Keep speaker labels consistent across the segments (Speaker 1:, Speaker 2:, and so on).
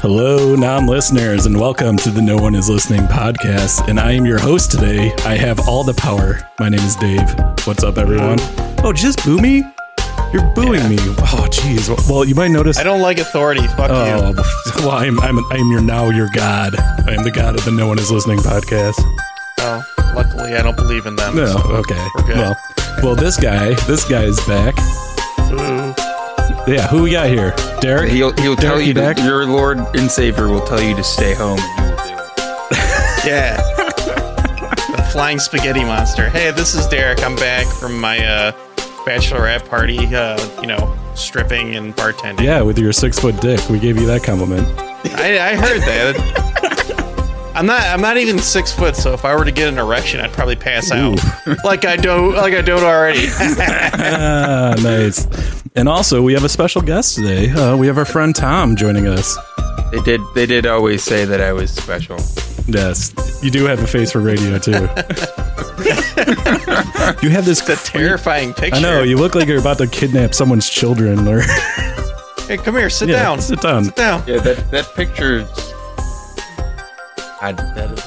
Speaker 1: Hello, non listeners, and welcome to the No One Is Listening podcast. And I am your host today. I have all the power. My name is Dave. What's up, everyone? Oh, did you just boo me? You're booing
Speaker 2: Yeah.
Speaker 1: me. Oh, jeez. Well, you might notice.
Speaker 2: I don't like authority. Fuck
Speaker 1: Oh,
Speaker 2: you.
Speaker 1: well, I'm, I'm, I'm your now your God. I am the God of the No One Is Listening podcast.
Speaker 2: Oh, luckily, I don't believe in them.
Speaker 1: No,
Speaker 2: so-
Speaker 1: okay.
Speaker 2: we're good.
Speaker 1: Well, well, this guy, this guy is back.
Speaker 2: Ooh.
Speaker 1: Yeah, who we got here? Derek?
Speaker 3: He'll he'll tell
Speaker 1: Derek,
Speaker 3: you to,
Speaker 1: back?
Speaker 3: your Lord and Savior will tell you to stay home.
Speaker 2: Yeah. the flying spaghetti monster. Hey, this is Derek. I'm back from my uh, bachelorette party. Uh, you know, stripping and bartending.
Speaker 1: Yeah, with your six foot dick. We gave you that compliment.
Speaker 2: I, I heard that. I'm not. I'm not even six foot. So if I were to get an erection, I'd probably pass out. like I don't. Like I don't already.
Speaker 1: Ah, nice. And also, we have a special guest today. Uh, we have our friend Tom joining us.
Speaker 3: They did they did always say that I was special.
Speaker 1: Yes, you do have a face for radio too. you have this.
Speaker 2: it's a terrifying picture.
Speaker 1: I know you look like you're about to kidnap someone's children. Or
Speaker 2: Hey, come here. Sit
Speaker 1: Yeah,
Speaker 2: down.
Speaker 1: sit down.
Speaker 2: Sit down.
Speaker 3: Yeah, that that picture. I, that is,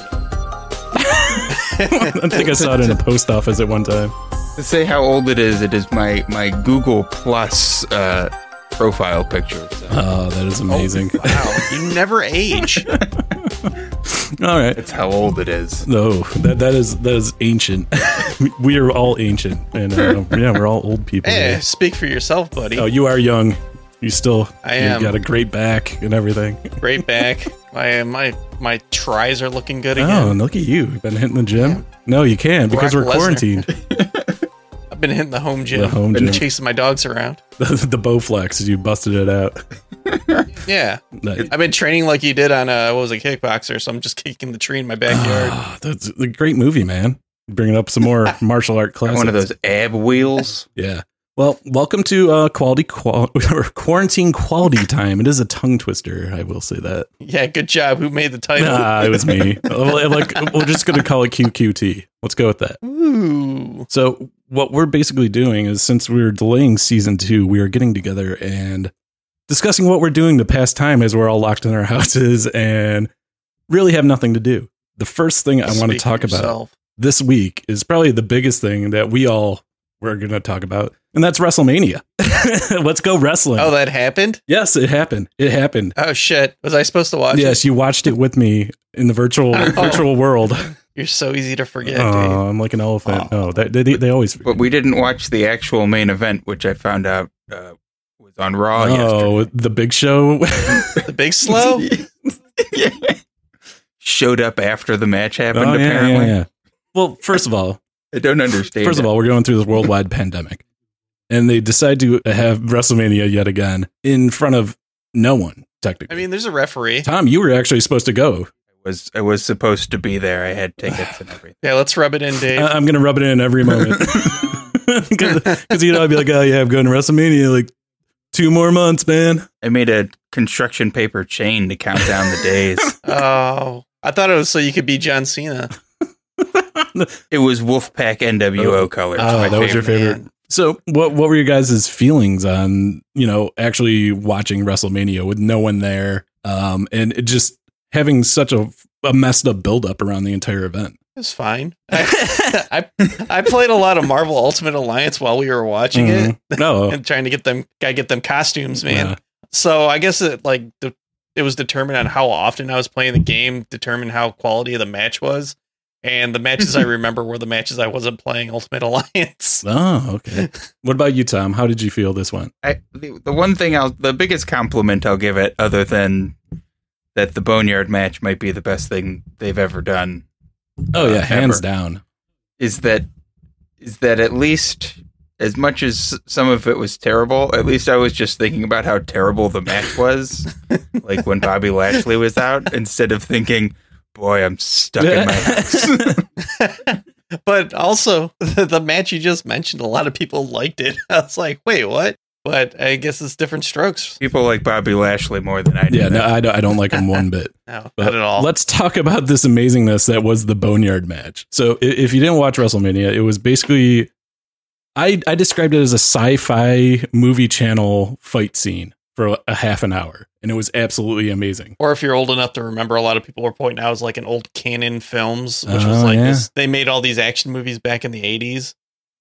Speaker 1: I think I saw it in a post office at one time.
Speaker 3: to say how old it is, it is my my Google Plus uh, profile picture. So
Speaker 1: Oh, that is amazing.
Speaker 2: Wow, you never age.
Speaker 1: All right.
Speaker 3: that's how old it is.
Speaker 1: No, that that is that is ancient. We- we are all ancient, and uh, yeah, we're all old people.
Speaker 2: Hey,
Speaker 1: here.
Speaker 2: speak for yourself, buddy.
Speaker 1: Oh, you are young. You still.
Speaker 2: I
Speaker 1: you
Speaker 2: am.
Speaker 1: got a great back and everything.
Speaker 2: Great back. my my my tries are looking good
Speaker 1: Oh,
Speaker 2: again.
Speaker 1: and look at you. You've been hitting the gym? No, you can because
Speaker 2: Brock
Speaker 1: we're
Speaker 2: Lesnar.
Speaker 1: quarantined.
Speaker 2: I've been hitting the home gym.
Speaker 1: The home
Speaker 2: been
Speaker 1: gym.
Speaker 2: chasing my dogs around.
Speaker 1: the, the Bowflex, you busted it out. Ah,
Speaker 2: Yeah,
Speaker 1: Like,
Speaker 2: I've been training like you did on uh what was a kickboxer. So I'm just kicking the tree in my backyard.
Speaker 1: ah, that's a great movie, man. Bringing up some more martial art classes.
Speaker 3: One of those ab wheels.
Speaker 1: Yeah. Well, welcome to uh, quality qual- or quarantine quality time. It is a tongue twister, I will say that.
Speaker 2: yeah, good job. Who made the title?
Speaker 1: Nah, it was me. Well, like we're just gonna call it QQT. Let's go with that.
Speaker 2: Ooh,
Speaker 1: So what we're basically doing is since we are delaying season two, we are getting together and discussing what we're doing the past time as we're all locked in our houses and really have nothing to do. The first thing I want to
Speaker 2: speak for
Speaker 1: talk about
Speaker 2: yourself.
Speaker 1: this week is probably the biggest thing that we all were going to talk about, and that's WrestleMania. Let's go wrestling.
Speaker 2: Oh, that happened.
Speaker 1: yes, it happened. It happened.
Speaker 2: Oh shit, was I supposed to watch? it?
Speaker 1: Yes, you watched it with me in the virtual
Speaker 2: Oh.
Speaker 1: virtual world.
Speaker 2: You're so easy to forget. dude.
Speaker 1: Oh, I'm like an elephant. No, they, they, they always.
Speaker 3: But we didn't watch the actual main event, which I found out uh, was on Raw
Speaker 1: oh, the Big Show.
Speaker 2: The big slow.
Speaker 3: yesterday. Showed up after the match happened.
Speaker 1: Oh, yeah,
Speaker 3: apparently,
Speaker 1: yeah, yeah. Well, first of all,
Speaker 3: I don't understand.
Speaker 1: first of all, we're going through this worldwide pandemic, and they decide to have WrestleMania yet again in front of no one.
Speaker 2: I
Speaker 1: Technically,
Speaker 2: mean, there's a referee.
Speaker 1: Tom, you were actually supposed to go.
Speaker 3: was I was supposed to be there. I had tickets and everything.
Speaker 2: Yeah, let's rub it in, Dave.
Speaker 1: I- am going to rub it in every moment because you know I'd be like, oh yeah, I'm going to WrestleMania like two more months, man.
Speaker 3: I made a construction paper chain to count down the days.
Speaker 2: oh, I thought it was so you could be John Cena.
Speaker 3: it was Wolfpack NWO colors.
Speaker 1: Oh,
Speaker 2: my
Speaker 1: that was your favorite.
Speaker 2: man.
Speaker 1: So, what what were your guys' feelings on you know actually watching WrestleMania with no one there, um, and it just having such a, a messed up buildup around the entire event?
Speaker 2: It was fine. I, I I played a lot of Marvel Ultimate Alliance while we were watching it
Speaker 1: Mhm. No,
Speaker 2: and trying to get them gotta get them costumes, man.
Speaker 1: Yeah.
Speaker 2: So I guess it like the, it was determined on how often I was playing the game, determined how quality of the match was, and the matches I remember were the matches I wasn't playing Ultimate Alliance.
Speaker 1: Oh, okay. What about you, Tom? How did you feel this one?
Speaker 3: I, the, the one thing I'll, the biggest compliment I'll give it, other than that, the Boneyard match might be the best thing they've ever done.
Speaker 1: Oh yeah,
Speaker 3: Uh,
Speaker 1: hands
Speaker 3: ever.
Speaker 1: down.
Speaker 3: is that is that at least as much as some of it was terrible, at least I was just thinking about how terrible the match was, like when Bobby Lashley was out, instead of thinking, "Boy, I'm stuck in my house."
Speaker 2: But also the, match you just mentioned, a lot of people liked it. I was like, wait, what? But I guess it's different strokes.
Speaker 3: People like Bobby Lashley more than I do.
Speaker 1: Yeah, no, I don't, I don't like him one bit.
Speaker 2: No,
Speaker 1: But
Speaker 2: not at all.
Speaker 1: Let's talk about this amazingness that was the Boneyard match. So, i- if you didn't watch WrestleMania, it was basically I I described it as a sci-fi movie channel fight scene for a half an hour, and it was absolutely amazing.
Speaker 2: Or if you're old enough to remember, a lot of people were pointing out it was like an old Canon Films, which was
Speaker 1: Oh,
Speaker 2: like
Speaker 1: yeah.
Speaker 2: this. They made all these action movies back in the 80s.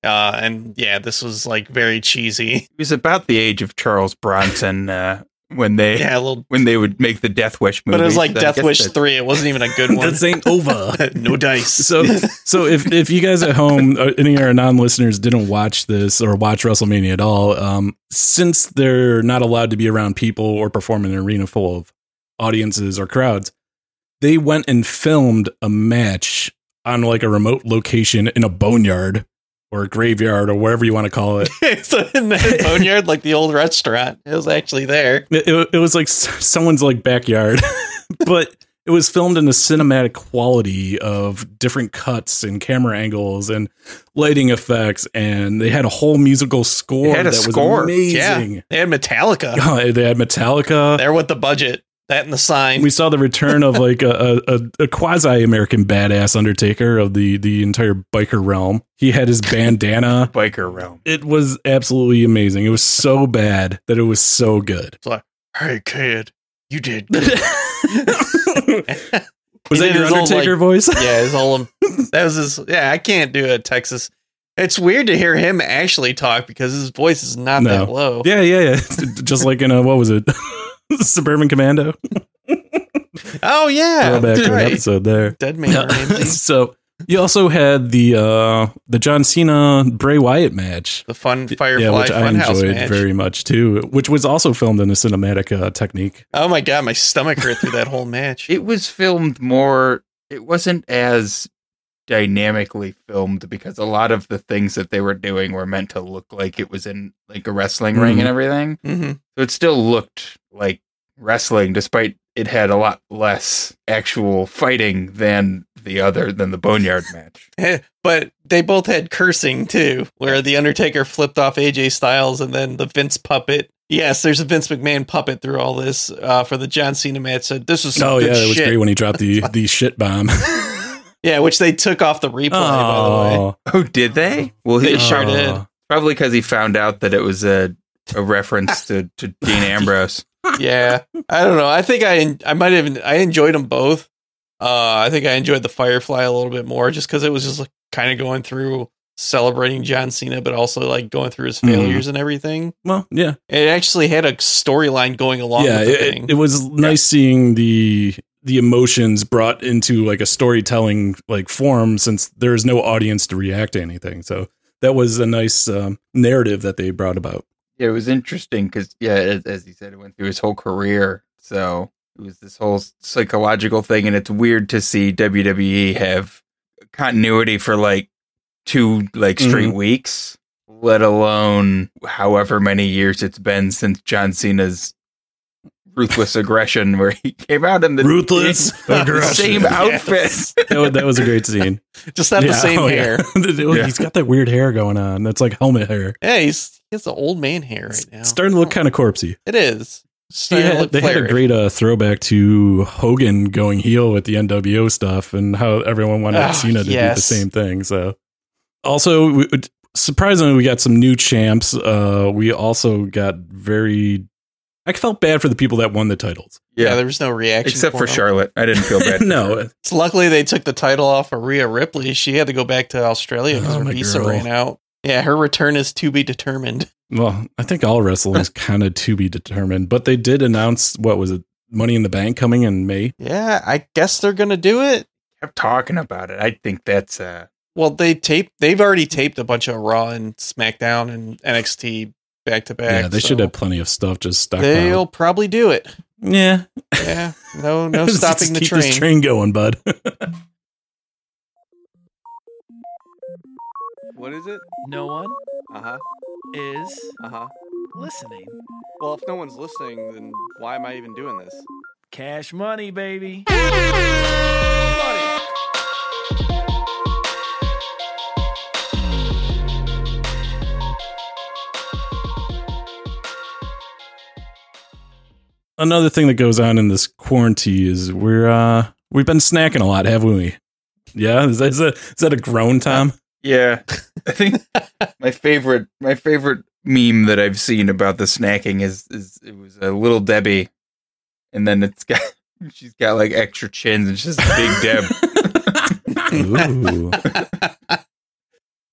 Speaker 2: Uh, and yeah, this was like very cheesy.
Speaker 3: He was about the age of Charles Bronson uh, when they
Speaker 2: Yeah, a little.
Speaker 3: when they would make the Death Wish movie.
Speaker 2: But it was like Death Wish 3. It wasn't even a good one.
Speaker 1: That's ain't over.
Speaker 2: no dice.
Speaker 1: So, so if, if you guys at home, uh, any of our non listeners didn't watch this or watch WrestleMania at all, um, since they're not allowed to be around people or perform in an arena full of audiences or crowds, they went and filmed a match on like a remote location in a boneyard or a graveyard or wherever you want to call it.
Speaker 2: so in the boneyard, like the old restaurant, it was actually there.
Speaker 1: It, it, it was like s- someone's like backyard, but it was filmed in the cinematic quality of different cuts and camera angles and lighting effects, and they had a whole musical score
Speaker 3: had a
Speaker 1: that
Speaker 3: score,
Speaker 1: was amazing.
Speaker 2: They had Metallica
Speaker 1: God, they had Metallica.
Speaker 2: there with the budget, that and the sign.
Speaker 1: We saw the return of like a, a, a, a quasi American badass Undertaker of the the entire biker realm. He had his bandana.
Speaker 3: biker realm.
Speaker 1: It was absolutely amazing. It was so bad that it was so good.
Speaker 2: hey kid, you did.
Speaker 1: was
Speaker 2: He
Speaker 1: that
Speaker 2: did
Speaker 1: your
Speaker 2: his old,
Speaker 1: Undertaker
Speaker 2: like-
Speaker 1: voice?
Speaker 2: yeah, his whole that was his. Yeah, I can't do a Texas. It's weird to hear him actually talk because his voice is not
Speaker 1: No.
Speaker 2: that low.
Speaker 1: Yeah, yeah, yeah. Just like in a what was it? Suburban Commando.
Speaker 2: Oh yeah,
Speaker 1: Throwback to
Speaker 2: that's
Speaker 1: an
Speaker 2: right.
Speaker 1: episode there.
Speaker 2: Dead man. Ramsey.
Speaker 1: so you also had the uh the John Cena Bray Wyatt match.
Speaker 2: The fun Firefly
Speaker 1: yeah, which I
Speaker 2: Funhouse
Speaker 1: enjoyed
Speaker 2: match.
Speaker 1: very much too, which was also filmed in a cinematic uh, technique.
Speaker 2: oh my god, my stomach hurt through that whole match.
Speaker 3: It was filmed more. It wasn't as dynamically filmed because a lot of the things that they were doing were meant to look like it was in like a wrestling ring
Speaker 1: Mhm.
Speaker 3: and everything.
Speaker 2: hmm
Speaker 3: So it still looked like wrestling, despite it had a lot less actual fighting than the other than the Boneyard match.
Speaker 2: Eh, but they both had cursing too, where the Undertaker flipped off AJ Styles and then the Vince puppet. Yes, there's a Vince McMahon puppet through all this uh, for the John Cena match. Said this is some
Speaker 1: Oh
Speaker 2: good
Speaker 1: yeah, it was
Speaker 2: shit.
Speaker 1: great when he dropped the the shit bomb.
Speaker 2: Yeah, which they took off the replay. By the way,
Speaker 3: Oh, did they? Well,
Speaker 2: They
Speaker 3: he
Speaker 2: sure
Speaker 1: uh,
Speaker 3: probably-
Speaker 2: did.
Speaker 3: Probably because he found out that it was a a reference to, to Dean Ambrose.
Speaker 2: yeah, I don't know. I think I I might have I enjoyed them both. Uh, I think I enjoyed the Firefly a little bit more just because it was just like, kind of going through celebrating John Cena, but also like going through his
Speaker 1: Mhm.
Speaker 2: failures and everything.
Speaker 1: Well, yeah,
Speaker 2: It actually had a storyline going along.
Speaker 1: yeah,
Speaker 2: with the
Speaker 1: it,
Speaker 2: thing.
Speaker 1: it was nice seeing the the emotions brought into like a storytelling like form since there is no audience to react to anything. So that was a nice um, narrative that they brought about.
Speaker 3: Yeah, it was interesting because yeah, as, as he said, it went through his whole career. So it was this whole psychological thing, and it's weird to see WWE have continuity for like two like straight
Speaker 1: Mm-hmm.
Speaker 3: weeks, let alone however many years it's been since John Cena's ruthless aggression, where he came out in the
Speaker 1: Ruthless
Speaker 3: the same
Speaker 1: Aggression.
Speaker 3: outfit.
Speaker 1: That was, that was a great scene.
Speaker 2: Just not the
Speaker 1: Yeah,
Speaker 2: same
Speaker 1: oh, yeah.
Speaker 2: hair.
Speaker 1: Dude, He's got that weird hair going on. That's like helmet hair.
Speaker 2: Yeah, he's he has the old man hair right
Speaker 1: It's
Speaker 2: now.
Speaker 1: starting to look kind of corpsy.
Speaker 2: It is. It's
Speaker 1: He
Speaker 2: starting to
Speaker 1: had,
Speaker 2: look
Speaker 1: they had a
Speaker 2: flared.
Speaker 1: great uh, throwback to Hogan going heel with the NWO stuff and how everyone wanted
Speaker 2: Ah,
Speaker 1: Cena to
Speaker 2: yes.
Speaker 1: do the same thing. So, also we, uh, surprisingly, we got some new champs. Uh, we also got very. I felt bad for the people that won the titles.
Speaker 2: yeah. there was no reaction
Speaker 3: except for
Speaker 2: him.
Speaker 3: Charlotte. I didn't feel bad. for her.
Speaker 1: no,
Speaker 2: So luckily, they took the title off of Rhea Ripley. She had to go back to Australia because
Speaker 1: Oh,
Speaker 2: her
Speaker 1: my
Speaker 2: visa
Speaker 1: girl.
Speaker 2: ran out. Yeah, her return is to be determined.
Speaker 1: well, I think all wrestling is kind of to be determined. But they did announce what was it, Money in the Bank coming in May.
Speaker 2: Yeah, I guess they're gonna do it.
Speaker 3: kept talking about it. I think that's uh
Speaker 2: Well, they taped. They've already taped a bunch of Raw and SmackDown and NXT back to back.
Speaker 1: yeah, they
Speaker 2: so
Speaker 1: should have plenty of stuff just stockpiled.
Speaker 2: They'll probably do it.
Speaker 1: Yeah,
Speaker 2: Yeah, no, no
Speaker 1: Just
Speaker 2: stopping the
Speaker 1: keep
Speaker 2: train.
Speaker 1: this train going, bud.
Speaker 4: What is it?
Speaker 5: No one
Speaker 4: Uh huh.
Speaker 5: is
Speaker 4: Uh huh.
Speaker 5: listening.
Speaker 4: Well, if no one's listening, then why am I even doing this?
Speaker 5: Cash money, baby.
Speaker 1: another thing that goes on in this quarantine is we're uh we've been snacking a lot, haven't we? Yeah, is that, is that, is that a groan, Tom?
Speaker 3: Yeah, I think my favorite my favorite meme that I've seen about the snacking is, is it was a little Debbie, and then it's got she's got like extra chins and she's a big Deb.
Speaker 1: Ooh.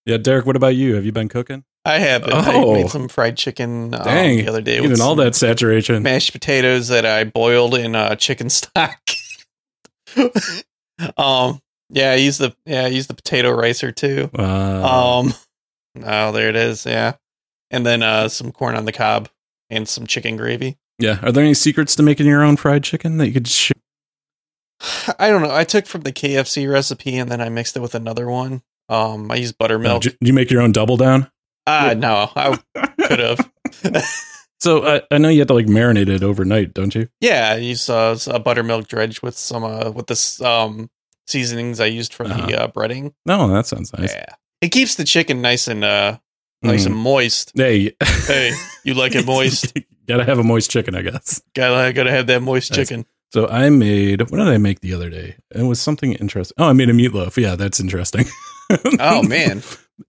Speaker 1: yeah, Derek, what about you? Have you been cooking?
Speaker 2: I have. been.
Speaker 1: Oh.
Speaker 2: I made some fried chicken uh,
Speaker 1: Dang,
Speaker 2: the other day.
Speaker 1: Even
Speaker 2: with
Speaker 1: all
Speaker 2: some
Speaker 1: that saturation.
Speaker 2: mashed potatoes that I boiled in uh, chicken stock. um, yeah, I use the yeah I use the potato ricer too.
Speaker 1: Wow.
Speaker 2: Um, oh, there it is. Yeah, and then uh, some corn on the cob and some chicken gravy.
Speaker 1: yeah. Are there any secrets to making your own fried chicken that you could share?
Speaker 2: I don't know. I took from the KFC recipe and then I mixed it with another one. Um, I used buttermilk.
Speaker 1: Do uh, you make your own double down?
Speaker 2: Ah, no, I could have.
Speaker 1: So I I know you have to like marinate it overnight, don't you?
Speaker 2: Yeah, I used uh, a buttermilk dredge with some uh, with this um seasonings I used from the uh, breading.
Speaker 1: No, that sounds nice.
Speaker 2: Yeah, it keeps the chicken nice and uh nice
Speaker 1: Mm.
Speaker 2: and moist.
Speaker 1: Hey,
Speaker 2: Hey, you like it moist?
Speaker 1: Gotta have a moist chicken, I guess.
Speaker 2: gotta gotta have that moist
Speaker 1: Nice.
Speaker 2: chicken.
Speaker 1: So I made what did I make the other day? It was something interesting. Oh, I made a meatloaf. Yeah, that's interesting.
Speaker 2: Oh man,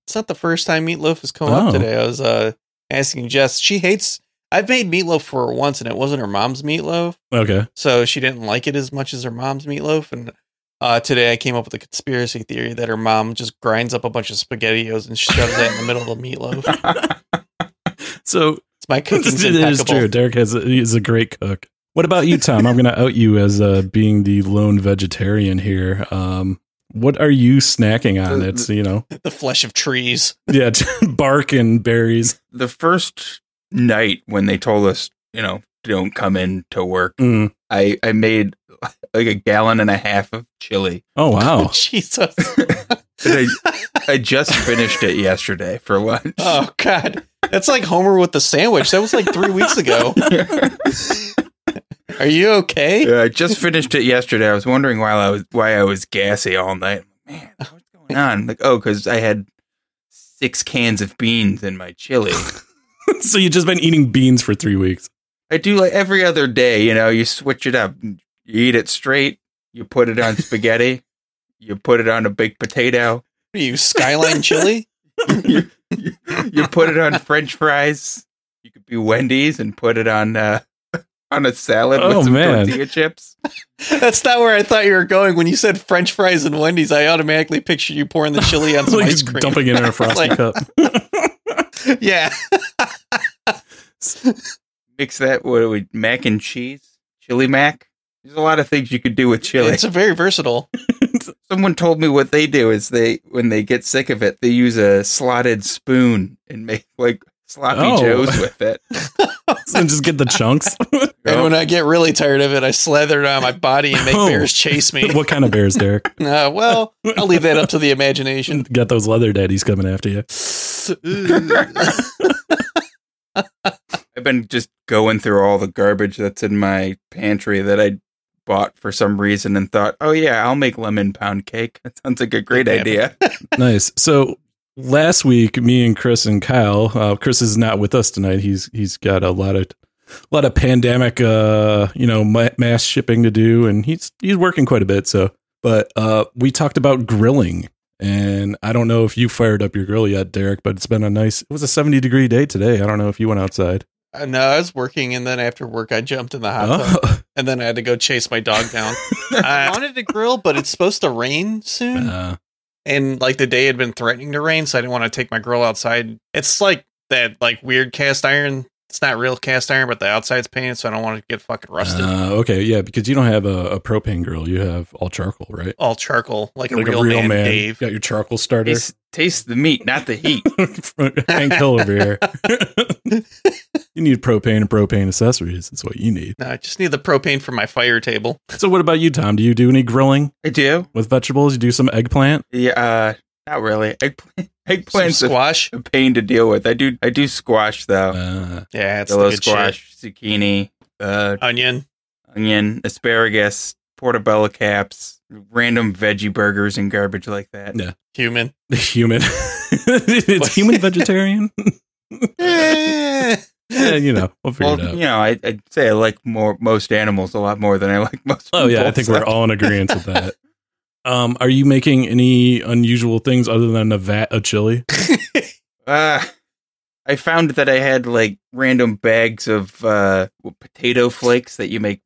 Speaker 2: it's not the first time meatloaf has come
Speaker 1: Oh.
Speaker 2: up today. I was uh asking Jess. She hates. I've made meatloaf for her once, and it wasn't her mom's meatloaf,
Speaker 1: Okay.
Speaker 2: so she didn't like it as much as her mom's meatloaf. And uh, today I came up with a conspiracy theory that her mom just grinds up a bunch of spaghettios and shoves that in the middle of the meatloaf.
Speaker 1: So
Speaker 2: It's my
Speaker 1: it
Speaker 2: cooking's
Speaker 1: is
Speaker 2: impeccable.
Speaker 1: true. Derek has is a great cook. What about you, Tom? I'm going to out you as uh, being the lone vegetarian here. Um, what are you snacking on?
Speaker 3: Uh,
Speaker 1: It's you know,
Speaker 2: The flesh of trees.
Speaker 1: yeah, bark and berries.
Speaker 3: the first night when they told us, you know, don't come in to work,
Speaker 1: Mm.
Speaker 3: I I made like a gallon and a half of chili.
Speaker 1: Oh wow,
Speaker 2: Jesus.
Speaker 3: And I I just finished it yesterday for lunch.
Speaker 2: Oh God, that's like Homer with the sandwich. That was like three weeks ago. Are you okay?
Speaker 3: Yeah, I just finished it yesterday. I was wondering why I was why I was gassy all night. Man, what's going on? Like, oh, because I had six cans of beans in my chili.
Speaker 1: so you've just been eating beans for three weeks.
Speaker 3: I do like every other day. You know, you switch it up. You eat it straight. You put it on spaghetti. You put it on a baked potato.
Speaker 2: What Are you Skyline Chili?
Speaker 3: you, you, you put it on French fries. You could be Wendy's and put it on uh, on a salad
Speaker 1: Oh,
Speaker 3: with some
Speaker 1: man.
Speaker 3: tortilla chips.
Speaker 2: That's not where I thought you were going. When you said French fries and Wendy's, I automatically pictured you pouring the chili on some
Speaker 1: like
Speaker 2: ice
Speaker 1: just
Speaker 2: cream.
Speaker 1: dumping it in a frosty
Speaker 2: Like-
Speaker 1: cup.
Speaker 2: Yeah,
Speaker 3: Mix that with, with mac and cheese, chili mac. There's a lot of things you could do with chili.
Speaker 2: it's a very versatile.
Speaker 3: Someone told me what they do is they when they get sick of it, they use a slotted spoon and make like sloppy
Speaker 1: Oh.
Speaker 3: joes with it.
Speaker 1: and just get the chunks.
Speaker 2: And when I get really tired of it, I slather it on my body and make
Speaker 1: Oh.
Speaker 2: bears chase me.
Speaker 1: what kind of bears, Derek?
Speaker 2: Uh, well, I'll leave that up to the imagination.
Speaker 1: Got those leather daddies coming after you.
Speaker 2: Uh,
Speaker 3: I've been just going through all the garbage that's in my pantry that I bought for some reason and thought, oh yeah, I'll make lemon pound cake. That sounds like a great
Speaker 2: Yeah.
Speaker 3: idea.
Speaker 1: nice. So last week, me and Chris and Kyle. Uh, Chris is not with us tonight. He's he's got a lot of a lot of pandemic, uh, you know, ma- mass shipping to do, and he's he's working quite a bit. So, but uh, we talked about grilling, and I don't know if you fired up your grill yet, Derek. But it's been a nice. It was a seventy degree day today. I don't know if you went outside.
Speaker 2: Uh, No, I was working, and then after work, I jumped in the hot tub.
Speaker 1: Oh.
Speaker 2: and then I had to go chase my dog down. I wanted to grill, but it's supposed to rain soon,
Speaker 1: Uh,
Speaker 2: and like the day had been threatening to rain, so I didn't want to take my grill outside. It's like that, like weird cast iron. It's not real cast iron, but the outside's painted, so I don't want to get fucking rusted.
Speaker 1: uh, okay, yeah, because you don't have a, a propane grill. You have all charcoal, right?
Speaker 2: All charcoal, like, a, real man, Dave.
Speaker 1: Got your charcoal starter.
Speaker 3: taste, taste the meat, not the heat.
Speaker 1: Hank Hill over here. you need propane and propane accessories. That's what you need.
Speaker 2: No, I just need the propane for my fire table.
Speaker 1: So, what about you, Tom? Do you do any grilling
Speaker 3: I do.
Speaker 1: with vegetables? You do some eggplant?
Speaker 3: Yeah, uh, not really. Eggplant,
Speaker 2: Some
Speaker 3: eggplant's a,
Speaker 2: squash.
Speaker 3: a pain to deal with. I do. I do squash though.
Speaker 1: Uh,
Speaker 2: Yeah, it's
Speaker 3: Yellow
Speaker 2: the good shit.
Speaker 3: squash, zucchini, uh,
Speaker 2: Onion.
Speaker 3: onion, asparagus, portobello caps, random veggie burgers and garbage like that.
Speaker 1: No.
Speaker 2: Human.
Speaker 1: Uh, human. it's human vegetarian.
Speaker 2: Eh.
Speaker 1: yeah, you know, we'll figure
Speaker 3: Well,
Speaker 1: it out.
Speaker 3: you know, I, I'd say I like more most animals a lot more than I like most.
Speaker 1: Oh yeah,
Speaker 3: people,
Speaker 1: I think
Speaker 3: so-
Speaker 1: we're all in agreement with that. Um, are you making any unusual things other than a vat of chili?
Speaker 3: Ah, I found that I had like random bags of uh, potato flakes that you make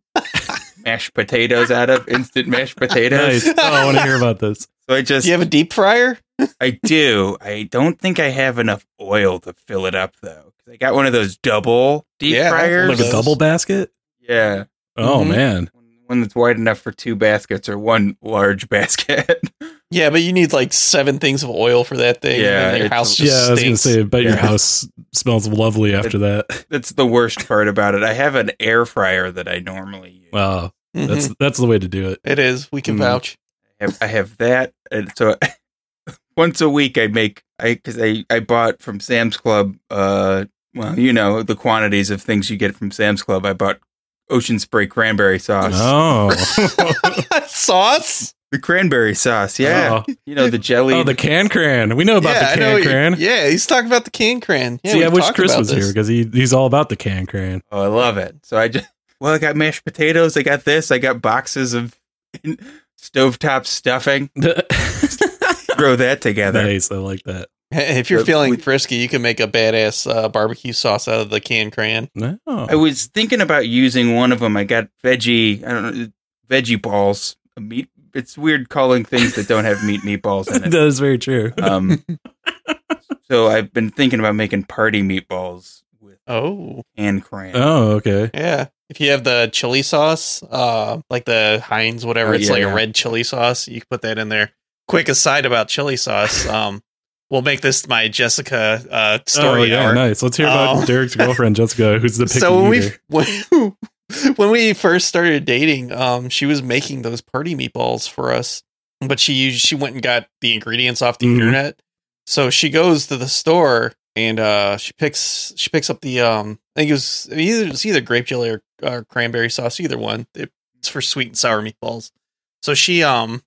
Speaker 3: mashed potatoes out of, instant mashed potatoes.
Speaker 1: Nice. Oh, I want to hear about this.
Speaker 3: So I just,
Speaker 2: Do you have a deep fryer?
Speaker 3: I do. I don't think I have enough oil to fill it up though. 'Cause I got one of those double deep
Speaker 2: Yeah, that's
Speaker 3: fryers.
Speaker 1: Like a double basket?
Speaker 3: yeah,
Speaker 1: Oh,
Speaker 2: Mhm.
Speaker 1: man.
Speaker 3: one that's wide enough for two baskets or one large basket.
Speaker 2: Yeah, but you need like seven things of oil for that thing.
Speaker 3: Yeah,
Speaker 2: and then your
Speaker 3: it's-
Speaker 2: house just
Speaker 1: Yeah, I was going to
Speaker 2: stinks.
Speaker 1: say, I bet your
Speaker 3: Yeah.
Speaker 1: house smells lovely after that.
Speaker 3: that's the worst part about it. I have an air fryer that I normally use.
Speaker 1: Wow.
Speaker 2: Mhm.
Speaker 1: That's that's the way to do it.
Speaker 2: it is. We can
Speaker 1: Mm.
Speaker 2: vouch.
Speaker 3: I have, I have that, and so once a week I make I because I I bought from Sam's Club. Uh, well, you know the quantities of things you get from Sam's Club. I bought Ocean Spray cranberry sauce.
Speaker 1: Oh.
Speaker 2: Sauce?
Speaker 3: The cranberry sauce, yeah.
Speaker 1: Oh.
Speaker 3: You know the jelly.
Speaker 1: Oh, the can cran. We know about
Speaker 2: yeah, I
Speaker 1: the
Speaker 2: know
Speaker 1: can
Speaker 2: what you-
Speaker 1: cran.
Speaker 2: Yeah, he's talking about the can cran. Yeah,
Speaker 1: See, I
Speaker 2: we've
Speaker 1: wish
Speaker 2: talked
Speaker 1: Chris
Speaker 2: about
Speaker 1: was here
Speaker 2: this.
Speaker 1: because he, he's all about the can cran.
Speaker 3: oh, I love it. So I just well, I got mashed potatoes. I got this. I got boxes of stovetop stuffing. Throw that together.
Speaker 1: nice. I like that.
Speaker 2: Hey, If you're
Speaker 3: But
Speaker 2: feeling
Speaker 3: we-
Speaker 2: frisky, you can make a badass uh, barbecue sauce out of the can cran.
Speaker 1: No.
Speaker 3: I was thinking about using one of them. I got veggie. I don't know veggie balls. A meat. It's weird calling things that don't have meat meatballs in
Speaker 1: that
Speaker 3: it.
Speaker 1: is very true.
Speaker 3: Um, so I've been thinking about making party meatballs with
Speaker 2: Oh,
Speaker 3: hand cran.
Speaker 1: Oh, okay.
Speaker 2: yeah. If you have the chili sauce, uh, like the Heinz, whatever,
Speaker 3: Oh,
Speaker 2: it's
Speaker 3: yeah,
Speaker 2: like a
Speaker 3: yeah.
Speaker 2: red chili sauce. You can put that in there. Quick aside about chili sauce. Um, we'll make this my Jessica uh, story
Speaker 1: oh, yeah,
Speaker 2: hour.
Speaker 1: nice. Let's hear about
Speaker 2: Oh.
Speaker 1: Derek's girlfriend Jessica, who's the picky
Speaker 2: so when we
Speaker 1: eater.
Speaker 2: when, when we first started dating, um, she was making those party meatballs for us, but she used, she went and got the ingredients off the
Speaker 1: Mhm.
Speaker 2: internet. So she goes to the store and uh, she picks she picks up the um, I think it was either it's either grape jelly or, or cranberry sauce, either one. It's for sweet and sour meatballs. So she um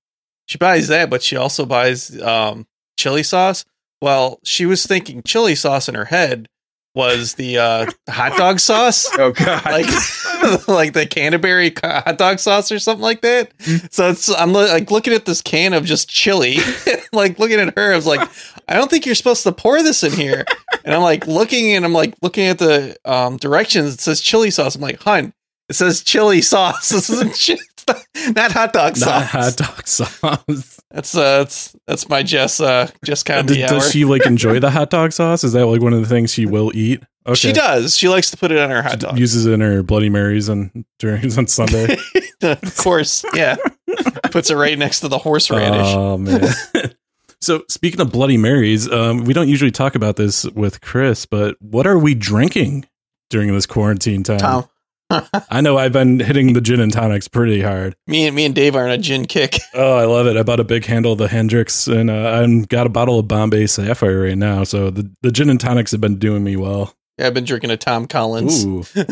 Speaker 2: she buys that, but she also buys um chili sauce. Well, she was thinking chili sauce in her head was the uh, hot dog sauce
Speaker 3: Oh god!
Speaker 2: like like the Canterbury co- hot dog sauce or something like that.
Speaker 1: Mm.
Speaker 2: So it's I'm lo- like looking at this can of just chili, like looking at her. I was like, I don't think you're supposed to pour this in here. And I'm like looking and I'm like looking at the um, directions. It says chili sauce. I'm like, hun, it says chili sauce. This isn't chi- it's not- not hot dog
Speaker 1: Not
Speaker 2: sauce.
Speaker 1: hot dog sauce.
Speaker 2: That's uh, that's that's my Jess uh
Speaker 1: Does-
Speaker 2: Jess comedy hour.
Speaker 1: does she like enjoy the hot dog sauce? Is that like one of the things she will eat? Okay.
Speaker 2: She does. She likes to put it on her
Speaker 1: She
Speaker 2: hot dog.
Speaker 1: uses it in her Bloody Marys and during on Sunday.
Speaker 2: of course, yeah. Puts it right next to the horseradish.
Speaker 1: oh man. so speaking of Bloody Marys, um, we don't usually talk about this with Chris, but what are we drinking during this quarantine time?
Speaker 2: Tom,
Speaker 1: I know I've been hitting the gin and tonics pretty hard.
Speaker 2: me and me and Dave are on a gin kick.
Speaker 1: Oh, I love it. I bought a big handle of the Hendrix and uh, I've got a bottle of Bombay Sapphire right now. So the, the gin and tonics have been doing me well.
Speaker 2: Yeah, I've been drinking a Tom Collins.
Speaker 1: Ooh.
Speaker 3: Good,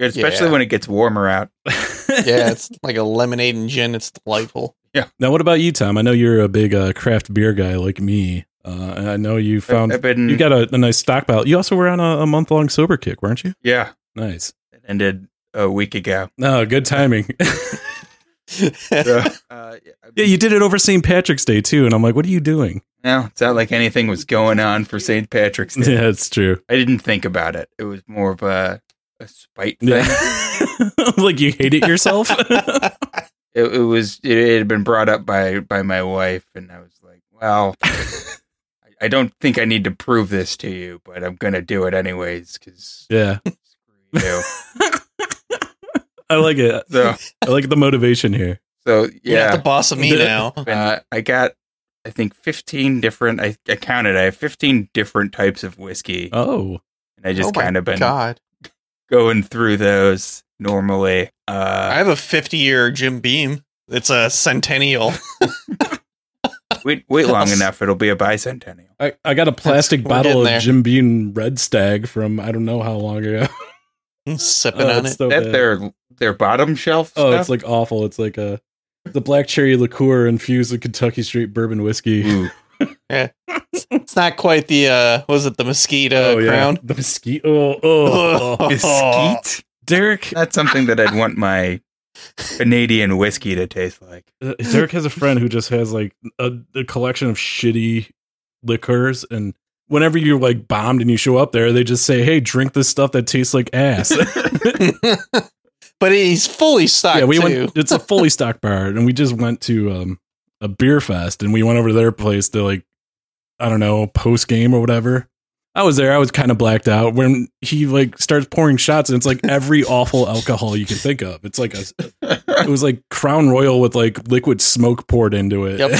Speaker 3: especially
Speaker 2: yeah.
Speaker 3: when it gets warmer out.
Speaker 2: Yeah, it's like a lemonade and gin. It's delightful.
Speaker 1: Now, what about you, Tom? I know you're a big uh, craft beer guy like me. Uh, and I know you
Speaker 3: I-
Speaker 1: found
Speaker 3: I've been.
Speaker 1: you got a, a nice stockpile. You also were on a, a month long sober kick, weren't you?
Speaker 3: yeah,
Speaker 1: Nice.
Speaker 3: it ended a week ago.
Speaker 1: No, good timing.
Speaker 3: So, uh,
Speaker 1: yeah, you did it over St. Patrick's Day too, and I'm like, what are you doing?
Speaker 3: No, it's not like anything was going on for St. Patrick's Day.
Speaker 1: Yeah, it's true.
Speaker 3: I didn't think about it. It was more of a, a spite thing.
Speaker 1: Yeah, like you hate it yourself.
Speaker 3: it, it was it, had been brought up by by my wife and i was like well I- i don't think i need to prove this to you but i'm gonna do it anyways because
Speaker 1: yeah,
Speaker 3: screw you
Speaker 1: I like it.
Speaker 3: so
Speaker 1: I like the motivation here.
Speaker 3: so
Speaker 2: You're not
Speaker 3: yeah
Speaker 2: the boss of me now.
Speaker 3: uh, i got i think 15 different I, I counted i have 15 different types of whiskey
Speaker 1: Oh,
Speaker 3: and i just
Speaker 2: Oh my
Speaker 3: kind of been
Speaker 2: God,
Speaker 3: going through those normally
Speaker 2: I
Speaker 3: uh
Speaker 2: have a 50 year Jim Beam. It's a centennial.
Speaker 3: wait wait long
Speaker 2: Yes.
Speaker 3: enough it'll be a bicentennial
Speaker 1: I, I got a plastic
Speaker 2: We're
Speaker 1: bottle
Speaker 2: getting
Speaker 1: of
Speaker 2: there.
Speaker 1: Jim Beam Red Stag from I don't know how long ago.
Speaker 2: Sipping
Speaker 1: Oh,
Speaker 2: on
Speaker 1: it's
Speaker 2: it.
Speaker 1: so
Speaker 3: that
Speaker 1: bad.
Speaker 3: their their bottom shelf
Speaker 1: Oh,
Speaker 3: stuff?
Speaker 1: it's like awful. It's like a the black cherry liqueur infused with Kentucky Straight bourbon whiskey.
Speaker 3: Ooh.
Speaker 2: It's not quite the uh, what was it the mosquito
Speaker 1: oh
Speaker 2: crown?
Speaker 1: the mesquite. Oh, oh, oh.
Speaker 3: Mesquite?
Speaker 1: Derek.
Speaker 3: not something that I'd want my Canadian whiskey to taste like.
Speaker 1: Uh, Derek has a friend who just has like a, a collection of shitty liqueurs, and whenever you're like bombed and you show up there, they just say, "Hey, drink this stuff that tastes like ass."
Speaker 2: but he's fully stocked
Speaker 1: yeah, we
Speaker 2: too.
Speaker 1: went. It's a fully stocked bar, and we just went to um, a beer fest, and we went over to their place to like, I don't know, post game or whatever. I was there. I was kind of blacked out when he like starts pouring shots, and it's like every awful alcohol you can think of. It's like a, it was like Crown Royal with like liquid smoke poured into it.
Speaker 2: Yep.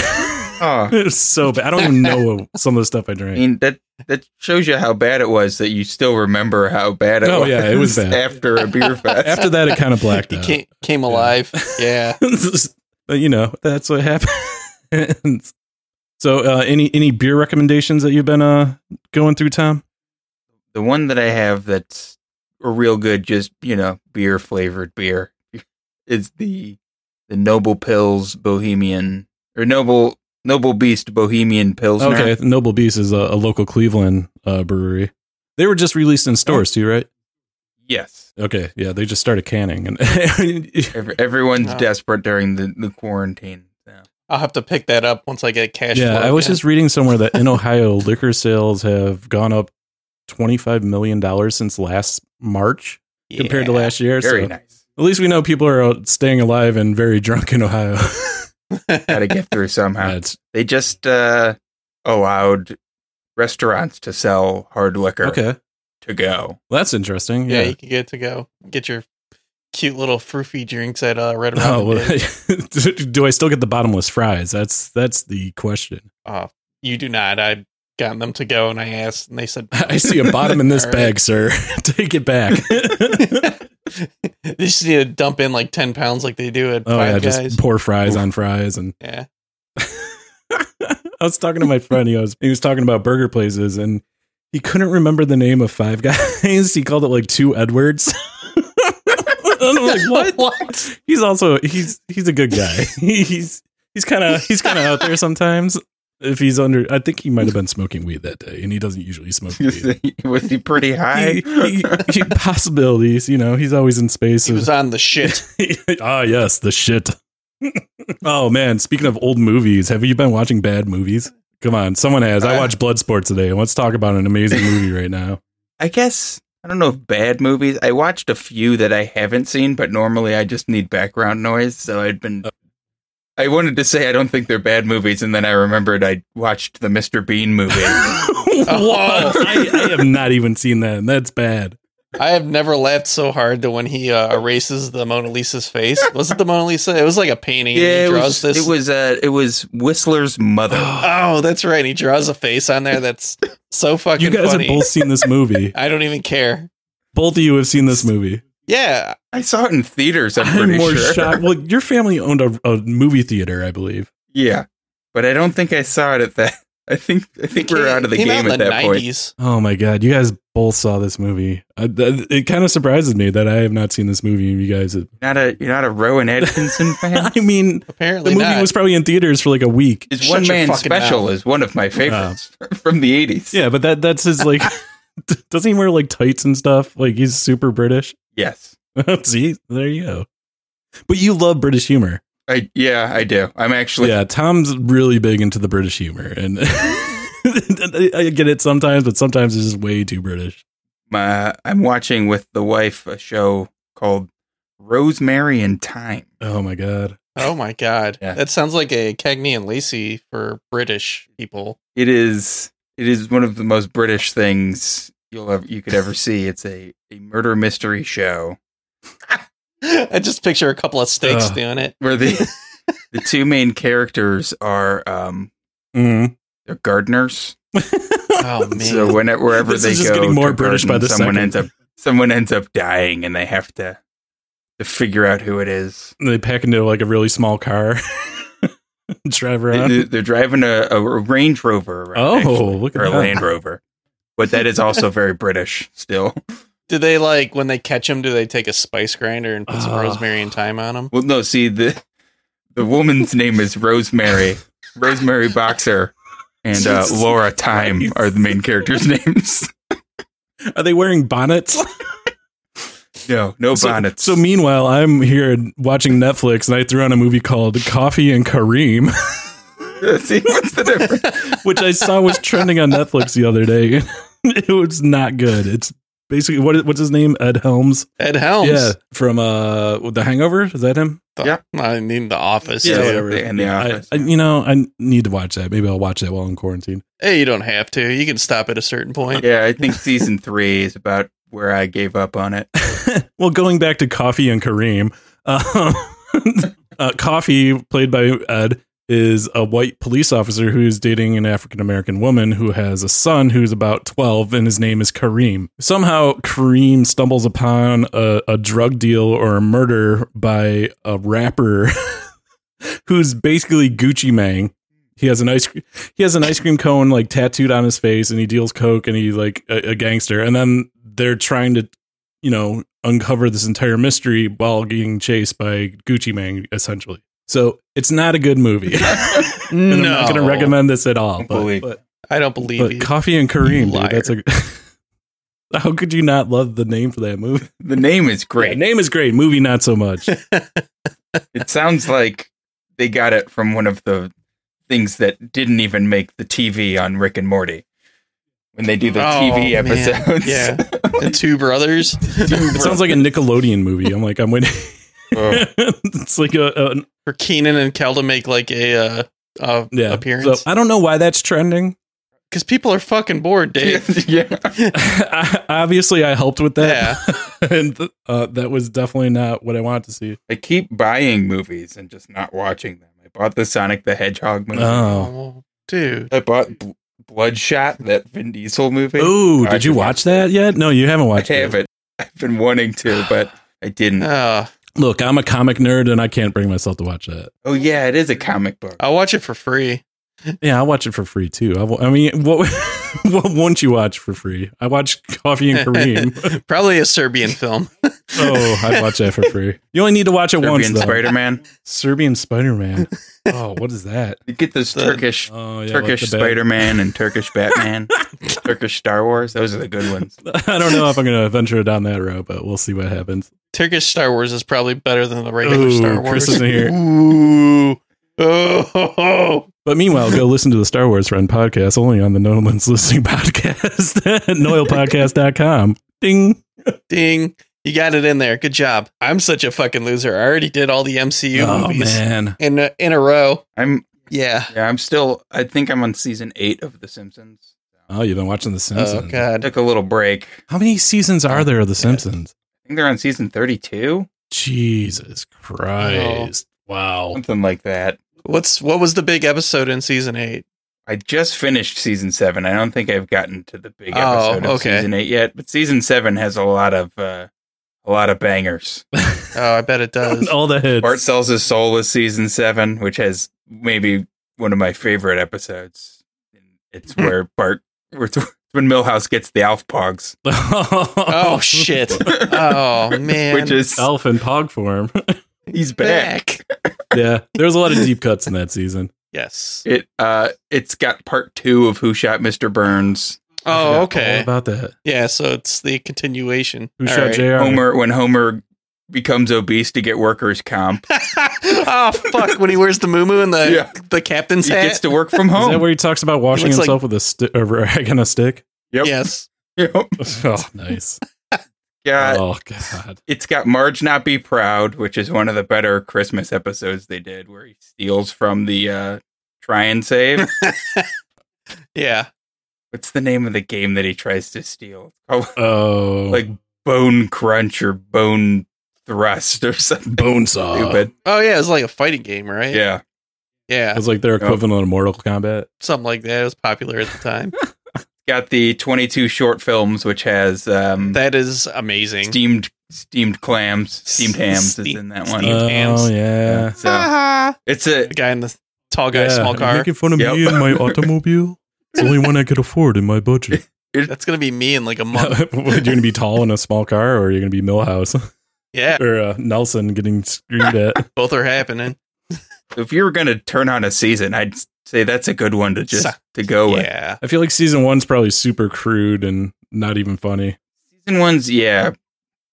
Speaker 3: Oh,
Speaker 1: it was so bad. I don't even know some of the stuff I
Speaker 3: I
Speaker 1: drank.
Speaker 3: mean that that shows you how bad it was that you still remember how bad it
Speaker 1: Oh,
Speaker 3: was.
Speaker 1: yeah, it was bad.
Speaker 3: after a beer fest.
Speaker 1: After that, it kind of blacked
Speaker 2: he
Speaker 1: out.
Speaker 2: came, came alive. Yeah.
Speaker 1: but you know that's what happens. so, uh, any any beer recommendations that you've been uh going through, Tom?
Speaker 3: the one that I have that's a real good, just you know, beer flavored beer is the the Noble Pills Bohemian or Noble Noble Beast Bohemian Pilsner.
Speaker 1: Okay, Noble Beast is a, a local Cleveland uh, brewery. They were just released in stores too, right?
Speaker 3: Yes,
Speaker 1: Okay, yeah, they just started canning, and
Speaker 3: Every, everyone's
Speaker 2: Oh.
Speaker 3: desperate during the the quarantine. so.
Speaker 2: I'll have to pick that up once I get cash.
Speaker 1: yeah,
Speaker 2: flow
Speaker 1: I was
Speaker 2: again.
Speaker 1: just reading somewhere that in Ohio liquor sales have gone up twenty five million dollars since last March compared to
Speaker 2: Yeah.
Speaker 1: last year.
Speaker 3: Very
Speaker 1: so
Speaker 3: nice.
Speaker 1: At least we know people are out staying alive and very drunk in Ohio.
Speaker 3: Got to get through somehow.
Speaker 1: That's-
Speaker 3: they just uh, allowed restaurants to sell hard liquor
Speaker 1: okay.
Speaker 3: to go.
Speaker 1: Well, that's interesting.
Speaker 2: yeah,
Speaker 1: Yeah.
Speaker 2: you can get to go get your cute little froofy drinks at uh, Red Robin.
Speaker 1: Oh, well,
Speaker 2: Day.
Speaker 1: do I still get the bottomless fries? That's that's the question.
Speaker 2: Uh, you do not. I gotten them to go, and I asked, and they said,
Speaker 1: I see a bottom in this
Speaker 2: All right.
Speaker 1: bag, sir. Take it back.
Speaker 2: they just need to dump in like ten pounds, like they do at
Speaker 1: oh yeah,
Speaker 2: Five Guys.
Speaker 1: just pour fries on fries and
Speaker 2: yeah,
Speaker 1: I was talking to my friend. He was he was talking about burger places, and he couldn't remember the name of Five Guys. He called it like Two Edwards. And I'm like, what?
Speaker 2: what?
Speaker 1: He's also he's he's a good guy. He's he's kind of he's kind of out there sometimes. If he's under, I think he might have been smoking weed that day, and he doesn't usually smoke weed.
Speaker 3: Was he pretty high?
Speaker 1: He- he- he- possibilities, you know. He's always in space.
Speaker 2: He was on the shit.
Speaker 1: ah, yes, the shit. oh man, speaking of old movies, have you been watching bad movies? Come on, someone has. I
Speaker 3: Uh,
Speaker 1: watched Bloodsport today. Let's talk about an amazing movie right now.
Speaker 3: I guess I don't know if bad movies. I watched a few that I haven't seen, but normally I just need background noise. So I'd
Speaker 1: Oh.
Speaker 3: been. I wanted to say I don't think they're bad movies, and then I remembered I watched the Mr. Bean movie.
Speaker 1: what? I, I have not even seen that. and That's bad.
Speaker 2: I have never laughed so hard than when he uh, erases the Mona Lisa's face. Was it the Mona Lisa? It was like a painting. and
Speaker 3: yeah,
Speaker 2: he
Speaker 3: it
Speaker 2: draws
Speaker 3: was,
Speaker 2: this.
Speaker 3: it was uh, it was Whistler's mother.
Speaker 2: oh, that's right. He draws a face on there. That's so fucking.
Speaker 1: You guys
Speaker 2: funny.
Speaker 1: have both seen this movie.
Speaker 2: I don't even care.
Speaker 1: Both of you have seen this movie.
Speaker 2: Yeah,
Speaker 3: I saw it in theaters. I'm
Speaker 1: I'm
Speaker 3: pretty
Speaker 1: more
Speaker 3: sure.
Speaker 1: shocked. Well, your family owned a, a movie theater, I believe.
Speaker 3: Yeah, but I don't think I saw it at that. I think I think we
Speaker 2: It
Speaker 3: were out of the
Speaker 2: came
Speaker 3: game
Speaker 2: in
Speaker 3: at that point.
Speaker 1: Oh my god, you guys both saw this movie. I, th- it kind of surprises me that I have not seen this movie. and You guys have.
Speaker 3: Not a you're not a Rowan Atkinson fan.
Speaker 1: I mean, the
Speaker 2: Apparently
Speaker 1: movie
Speaker 2: not.
Speaker 1: was probably in theaters for like a week.
Speaker 3: His
Speaker 2: Shut
Speaker 3: one
Speaker 2: your
Speaker 3: man
Speaker 2: fucking
Speaker 3: special
Speaker 2: mouth.
Speaker 3: is one of my favorites from the eighties.
Speaker 1: Uh, Yeah, but that that's his like. doesn't he wear like tights and stuff? Like he's super British.
Speaker 3: Yes.
Speaker 1: See, there you go. But you love British humor.
Speaker 3: I yeah, I do. I'm actually
Speaker 1: yeah, Tom's really big into the British humor, and I I get it sometimes, but sometimes it's just way too British.
Speaker 3: uh, I'm watching with the wife a show called Rosemary and Time.
Speaker 1: Oh my god.
Speaker 2: oh my god,
Speaker 3: Yeah.
Speaker 2: that sounds like a Cagney and Lacey for British people.
Speaker 3: It is it is one of the most British things you'll ever you could ever see. It's a, a murder mystery show
Speaker 2: I just picture a couple of steaks
Speaker 1: Ugh.
Speaker 2: doing it.
Speaker 3: where the the two main characters are um
Speaker 1: Mm.
Speaker 3: they're gardeners.
Speaker 2: Oh man,
Speaker 3: So when, wherever
Speaker 1: This
Speaker 3: they
Speaker 1: is just
Speaker 3: go,
Speaker 1: getting more
Speaker 3: to
Speaker 1: British by the
Speaker 3: someone
Speaker 1: second.
Speaker 3: ends up someone ends up dying, and they have to to figure out who it is.
Speaker 1: they pack into like a really small car, drive around.
Speaker 3: They, they're driving a, a Range Rover. right,
Speaker 1: oh,
Speaker 3: actually,
Speaker 1: look at
Speaker 3: or a
Speaker 1: that.
Speaker 3: Land Rover. But that is also very British still.
Speaker 2: do they like when they catch them? Do they take a spice grinder and put some
Speaker 1: Ugh.
Speaker 2: rosemary and thyme on them?
Speaker 3: Well, no, see the the woman's name is Rosemary, Rosemary Boxer, and uh,
Speaker 1: Jesus
Speaker 3: Laura Time
Speaker 1: Christ.
Speaker 3: are the main characters' names.
Speaker 1: Are they wearing bonnets?
Speaker 3: No, no
Speaker 1: So-
Speaker 3: Oh, bonnets.
Speaker 1: So, meanwhile, I'm here watching Netflix, and I threw on a movie called Coffee and Kareem.
Speaker 3: See, what's the difference?
Speaker 1: which I saw was trending on Netflix the other day. it was not good. It's basically what what's his name? Ed Helms.
Speaker 2: Ed Helms.
Speaker 1: Yeah, from uh The Hangover. Is that him?
Speaker 2: The-
Speaker 3: Yeah.
Speaker 2: I mean, The Office.
Speaker 1: Yeah,
Speaker 3: So,
Speaker 1: whatever.
Speaker 3: in the
Speaker 1: I,
Speaker 3: office.
Speaker 1: I you know I need to watch that. Maybe I'll watch that while I'm quarantined.
Speaker 2: Hey, you don't have to. You can stop at a certain point.
Speaker 3: yeah, I think season three is about where I gave up on it.
Speaker 1: well, going back to Coffee and Kareem, um, uh, Coffee, played by Ed, is a white police officer who is dating an African American woman who has a son who's about 12 and his name is Kareem. Somehow, Kareem stumbles upon a, a drug deal or a murder by a rapper who's basically Gucci Mang. He has an ice cre- he has an ice cream cone like tattooed on his face and he deals coke and he's like a, a gangster and then they're trying to you know, uncover this entire mystery while getting chased by Gucci Mang, essentially. So it's not a good movie.
Speaker 2: No.
Speaker 1: And I'm not going to recommend this at all. But,
Speaker 3: Believe-
Speaker 1: but,
Speaker 2: I don't believe
Speaker 1: but
Speaker 2: you.
Speaker 1: Coffee and Kareem,
Speaker 2: You
Speaker 1: dude, that's a. How could you not love the name for that movie?
Speaker 3: The name is
Speaker 1: Yeah,
Speaker 3: great.
Speaker 1: name is great. Movie, not so much.
Speaker 3: It sounds like they got it from one of the things that didn't even make the TV on Rick and Morty. When they do the
Speaker 2: Oh,
Speaker 3: TV
Speaker 2: man.
Speaker 3: episodes.
Speaker 2: Yeah. and two brothers.
Speaker 1: it sounds like a Nickelodeon movie. I'm like, I'm waiting.
Speaker 3: Oh.
Speaker 1: it's like a, a
Speaker 2: For Keenan and Kel to make like a uh, uh,
Speaker 1: yeah.
Speaker 2: appearance.
Speaker 1: So I don't know why that's trending.
Speaker 2: Because people are fucking bored, Dave.
Speaker 3: yeah.
Speaker 1: Obviously, I helped with that,
Speaker 2: yeah.
Speaker 1: and th- uh, that was definitely not what I wanted to see.
Speaker 3: I keep buying movies and just not watching them. I bought the Sonic the Hedgehog movie.
Speaker 1: Oh.
Speaker 2: Oh, dude.
Speaker 3: I bought Bl- Bloodshot, that Vin Diesel movie.
Speaker 1: Ooh,
Speaker 3: I
Speaker 1: did you
Speaker 3: should
Speaker 1: watch that yet? No, you haven't
Speaker 3: I
Speaker 1: watched it.
Speaker 3: haven't. I've been wanting to, but I didn't.
Speaker 2: Uh,
Speaker 1: Look, I'm a comic nerd and I can't bring myself to watch that.
Speaker 3: Oh yeah, it is a comic book.
Speaker 2: I'll watch it for free.
Speaker 1: Yeah, I watch it for free too. I, wa- I mean, what what won't you watch for free? I watched Coffee and Kareem.
Speaker 2: Probably a Serbian film.
Speaker 1: oh, I watch that for free. You only need to watch it once.
Speaker 3: Serbian
Speaker 1: Though.
Speaker 3: Spider Man.
Speaker 1: Serbian Spider Man. Oh, what is that?
Speaker 3: You get those
Speaker 2: The-
Speaker 3: Turkish
Speaker 1: Oh, yeah, like
Speaker 3: Turkish
Speaker 1: the bat-
Speaker 3: Spider Man and Turkish Batman, Turkish Star Wars. Those are the good ones.
Speaker 1: I don't know if I'm going to venture down that road, but we'll see what happens.
Speaker 2: Turkish Star Wars is probably better than the regular
Speaker 1: Ooh,
Speaker 2: Star Wars.
Speaker 1: Chris isn't here.
Speaker 2: Ooh. Oh, ho, ho.
Speaker 1: But meanwhile, go listen to the Star Wars Friend podcast only on the No One's Listening podcast at noilpodcast.com. Ding.
Speaker 2: ding. You got it in there. Good job. I'm such a fucking loser. I already did all the MCU
Speaker 1: oh,
Speaker 2: movies
Speaker 1: man.
Speaker 2: in a, in a row.
Speaker 3: I'm
Speaker 2: Yeah.
Speaker 3: yeah, I'm still. I think I'm on season eight of The Simpsons.
Speaker 1: Oh, you've been watching The
Speaker 2: Oh
Speaker 1: Simpsons.
Speaker 3: I
Speaker 2: god.
Speaker 3: took a little break. I
Speaker 1: How many seasons are there of The Simpsons?
Speaker 3: think they're on season thirty-two,
Speaker 1: Jesus Christ. Wow.
Speaker 3: something like that.
Speaker 2: What's what was the big episode in season eight?
Speaker 3: I just finished season seven. I don't think I've gotten to the big
Speaker 2: Oh,
Speaker 3: episode of
Speaker 2: okay.
Speaker 3: season eight yet, but season seven has a lot of uh, a lot of bangers.
Speaker 2: Oh, I bet it does.
Speaker 1: All the hits.
Speaker 3: Bart sells his soul is season seven, which has maybe one of my favorite episodes. It's where Bart, it's when Millhouse gets the Alf Pogs,
Speaker 2: Oh shit. Oh man.
Speaker 3: which is
Speaker 1: Elf in pog form.
Speaker 3: he's back.
Speaker 1: yeah. There was a lot of deep cuts in that season.
Speaker 2: Yes.
Speaker 3: It uh, it's got part two of Who Shot Mr. Burns.
Speaker 2: Oh,
Speaker 1: I forgot all
Speaker 2: okay.
Speaker 1: about that.
Speaker 2: Yeah, so it's the continuation.
Speaker 1: Who
Speaker 2: All
Speaker 1: shot
Speaker 2: right.
Speaker 1: JR?
Speaker 3: Homer when Homer becomes obese to get workers' comp,
Speaker 2: oh fuck, when he wears the moo and the
Speaker 3: Yeah.
Speaker 2: the captain's
Speaker 3: he
Speaker 2: hat.
Speaker 3: gets to work from
Speaker 1: Is
Speaker 3: home.
Speaker 1: that where he talks about washing
Speaker 2: looks like-
Speaker 1: himself with a, sti- a rag and a stick?
Speaker 3: Yep.
Speaker 2: Yes.
Speaker 3: Yep.
Speaker 1: Oh, nice.
Speaker 3: Yeah,
Speaker 1: oh, God.
Speaker 3: it's got Marge Not Be Proud, which is one of the better Christmas episodes they did, where he steals from the uh, try and save.
Speaker 2: Yeah.
Speaker 3: What's the name of the game that he tries to steal? Oh,
Speaker 1: Oh.
Speaker 3: like Bone Crunch or Bone Thrust or something
Speaker 1: Bonesaw.
Speaker 3: stupid.
Speaker 2: Oh yeah, it was like a fighting game, right?
Speaker 3: Yeah,
Speaker 2: Yeah.
Speaker 1: It's like their equivalent of Mortal Kombat.
Speaker 2: Something like that. It was popular at the time.
Speaker 3: got the twenty-two short films, which has um,
Speaker 2: That is amazing.
Speaker 3: steamed steamed clams, steamed hams is
Speaker 2: Ste-
Speaker 3: in that one.
Speaker 2: steamed-
Speaker 1: oh,
Speaker 2: hands.
Speaker 1: yeah.
Speaker 3: So it's a
Speaker 2: The guy in the tall guy,
Speaker 1: Yeah,
Speaker 2: small
Speaker 1: you're
Speaker 2: car.
Speaker 1: Making fun of me
Speaker 3: Yep.
Speaker 1: and my automobile. It's the only one I could afford in my budget.
Speaker 2: That's gonna be me in like a
Speaker 1: What,
Speaker 2: month.
Speaker 1: you're going to be tall in a small car, or you're going to be Millhouse
Speaker 2: yeah,
Speaker 1: or uh, Nelson getting screamed at.
Speaker 2: both are happening.
Speaker 3: if you were gonna turn on a season, I'd say that's a good one to just
Speaker 2: Sa-
Speaker 3: to go with.
Speaker 2: Yeah,
Speaker 1: I feel like season one's probably super crude and not even funny.
Speaker 3: Season one's yeah,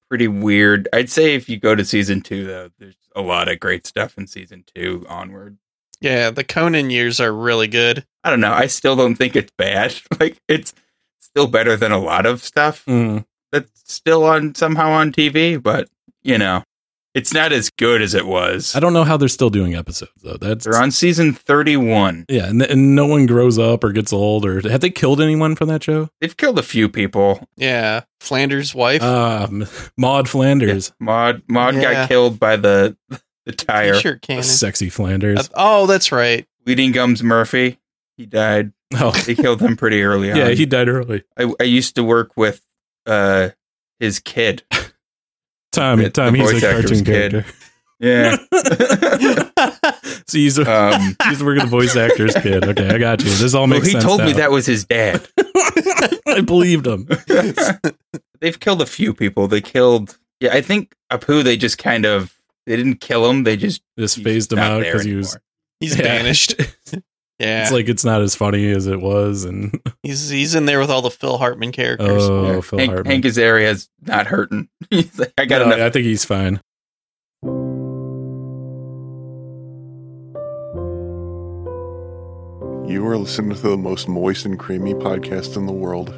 Speaker 3: pretty weird. I'd say if you go to season two though, there's a lot of great stuff in season two onward.
Speaker 2: Yeah, the Conan years are really good.
Speaker 3: I don't know. I still don't think it's bad. Like it's still better than a lot of stuff
Speaker 1: Mm.
Speaker 3: that's still on somehow on TV, but you know, it's not as good as it was.
Speaker 1: I don't know how they're still doing episodes though. That's
Speaker 3: They're on season 31.
Speaker 1: yeah, and, and no one grows up or gets old or have they killed anyone from that show?
Speaker 3: They've killed a few people.
Speaker 2: Yeah, Flanders' wife.
Speaker 1: Ah, M- Maud Flanders,
Speaker 3: Maud Maud
Speaker 2: Yeah.
Speaker 3: got killed by the the tire.
Speaker 2: T-shirt cannon.
Speaker 1: sexy Flanders.
Speaker 2: Uh, Oh, that's right.
Speaker 3: Bleeding Gums Murphy. He died.
Speaker 1: oh,
Speaker 3: They killed him pretty early on.
Speaker 1: yeah, he died early.
Speaker 3: I, I used to work with uh his kid.
Speaker 1: Tom,
Speaker 3: The-
Speaker 1: Tom,
Speaker 3: the
Speaker 1: he's
Speaker 3: voice
Speaker 1: a
Speaker 3: actor's
Speaker 1: cartoon
Speaker 3: kid.
Speaker 1: character.
Speaker 3: Yeah.
Speaker 1: so he's a,
Speaker 3: Um
Speaker 1: he's working the voice actor's kid. Okay, I got you. This all
Speaker 3: well,
Speaker 1: makes
Speaker 3: he
Speaker 1: sense.
Speaker 3: told me
Speaker 1: now.
Speaker 3: that was his dad.
Speaker 1: I believed him.
Speaker 3: They've killed a few people. They killed yeah, I think Apu they just kind of they didn't kill him, they just
Speaker 1: Just
Speaker 3: he's
Speaker 1: phased him
Speaker 3: not
Speaker 1: out
Speaker 3: there
Speaker 1: because he was.
Speaker 2: He's
Speaker 1: Yeah.
Speaker 2: banished. Yeah,
Speaker 1: It's like it's not as funny as it was, and
Speaker 2: he's he's in there with all the Phil Hartman characters.
Speaker 1: oh,
Speaker 3: anymore.
Speaker 1: Phil
Speaker 3: Hank,
Speaker 1: Hartman.
Speaker 3: Hank Azaria's not hurting. He's like, I got
Speaker 1: No,
Speaker 3: enough.
Speaker 1: I think he's fine.
Speaker 6: You are listening to the most moist and creamy podcast in the world.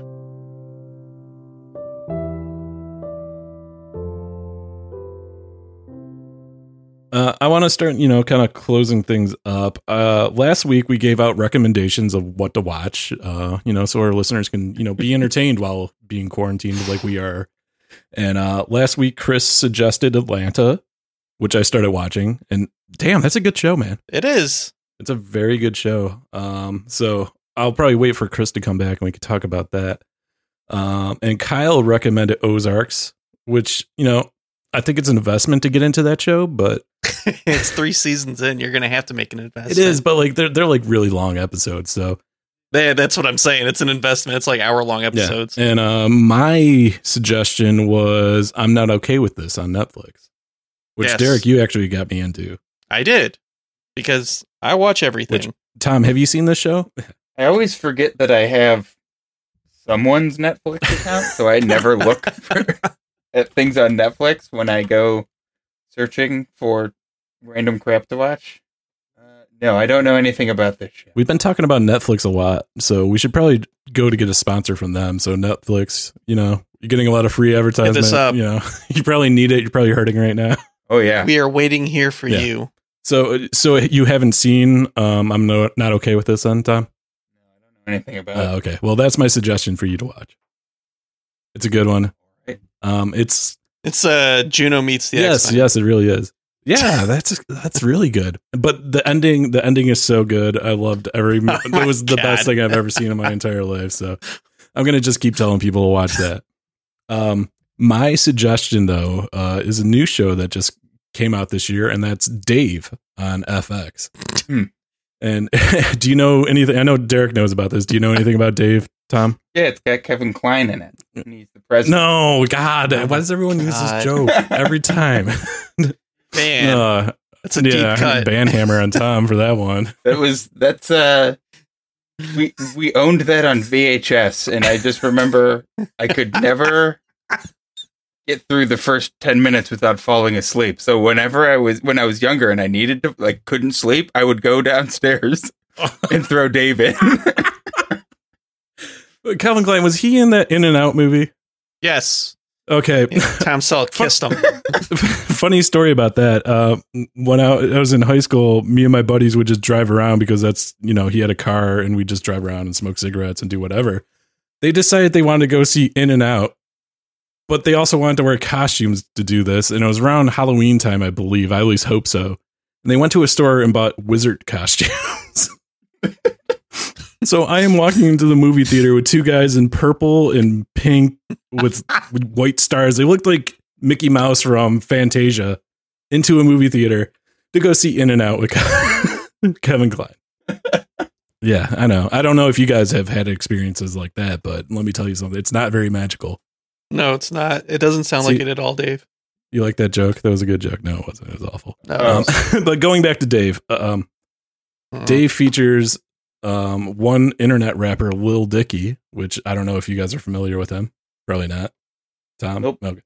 Speaker 1: Uh, I want to start, you know, kind of closing things up. Uh, last week we gave out recommendations of what to watch, uh, you know, so our listeners can, you know, be entertained while being quarantined like we are. And uh, last week Chris suggested Atlanta, which I started watching, and damn, that's a good show, man.
Speaker 2: It is.
Speaker 1: It's a very good show. Um, so I'll probably wait for Chris to come back and we can talk about that. Um, and Kyle recommended Ozarks, which you know I think it's an investment to get into that show, but
Speaker 2: it's three seasons in. You're gonna have to make an investment.
Speaker 1: it is. But like they're they're like really long episodes, so
Speaker 2: Yeah, that's what I'm saying. It's an investment. It's like hour long episodes.
Speaker 1: And uh, my suggestion was I'm not okay with this on Netflix, which
Speaker 2: Yes.
Speaker 1: Derek you actually got me into.
Speaker 2: I did because I watch everything.
Speaker 1: Which- Tom, have you seen this show?
Speaker 3: I always forget that I have someone's Netflix account, so I never look for, at things on Netflix when I go searching for random crap to watch. Uh, no, I don't know anything about this show.
Speaker 1: We've been talking about Netflix a lot, so we should probably go to get a sponsor from them. So Netflix, you know, you're getting a lot of free advertisement.
Speaker 2: up.
Speaker 1: You know, you probably need it. You're probably hurting right now.
Speaker 3: Oh yeah,
Speaker 2: we are waiting here for
Speaker 1: Yeah.
Speaker 2: you.
Speaker 1: So, so you haven't seen? Um, I'm no, not okay with this, then, Tom.
Speaker 3: I don't know anything about.
Speaker 1: Uh, okay, well, that's my suggestion for you to watch. It's a good one.
Speaker 3: Alright.
Speaker 1: Um, it's
Speaker 2: It's uh Juno meets the
Speaker 1: yes,
Speaker 2: X-Men.
Speaker 1: yes, it really is. Yeah, that's that's really good. But the ending, the ending is so good. I loved every.
Speaker 2: Oh my
Speaker 1: it was the best
Speaker 2: God.
Speaker 1: thing I've ever seen in my entire life. So I'm gonna just keep telling people to watch that. Um, my suggestion though uh, is a new show that just came out this year, and that's Dave on FX.
Speaker 3: Hmm.
Speaker 1: And do you know anything? I know Derek knows about this. Do you know anything about Dave, Tom?
Speaker 3: Yeah, it's got Kevin Klein in it, and he's the president.
Speaker 1: No, God, why does everyone use
Speaker 2: Oh God.
Speaker 1: this joke every time?
Speaker 2: Man,
Speaker 1: Uh,
Speaker 2: that's a deep cut.
Speaker 1: banhammer on Tom for that one.
Speaker 3: That was that's uh, we we owned that on VHS, and I just remember I could never get through the first ten minutes without falling asleep. So whenever I was when I was younger and I needed to like couldn't sleep, I would go downstairs and throw Dave in.
Speaker 1: Calvin Klein was he in that In and Out movie?
Speaker 2: Yes.
Speaker 1: Okay,
Speaker 2: Yeah, Tom Selleck kissed him.
Speaker 1: funny story about that. Uh, when I, I was in high school, me and my buddies would just drive around because that's you know he had a car and we just drive around and smoke cigarettes and do whatever. They decided they wanted to go see In and Out, but they also wanted to wear costumes to do this, and it was around Halloween time, I believe. I at least hope so. And they went to a store and bought wizard costumes. so I am walking into the movie theater with two guys in purple and pink with, with white stars. They looked like Mickey Mouse from Fantasia into a movie theater to go see In and Out with Kevin Klein. Yeah, I know. I don't know if you guys have had experiences like that, but let me tell you something. It's not very magical.
Speaker 2: No, it's not. It doesn't sound
Speaker 1: See-
Speaker 2: like it at all, Dave.
Speaker 1: You like that joke? That was a good joke. No, it wasn't. It was awful.
Speaker 2: No.
Speaker 1: Um, but going back to Dave, um,
Speaker 2: Mm.
Speaker 1: Dave features um, one internet rapper, Lil Dicky, which I don't know if you guys are familiar with him. Probably not. Tom?
Speaker 3: Nope.
Speaker 1: Okay.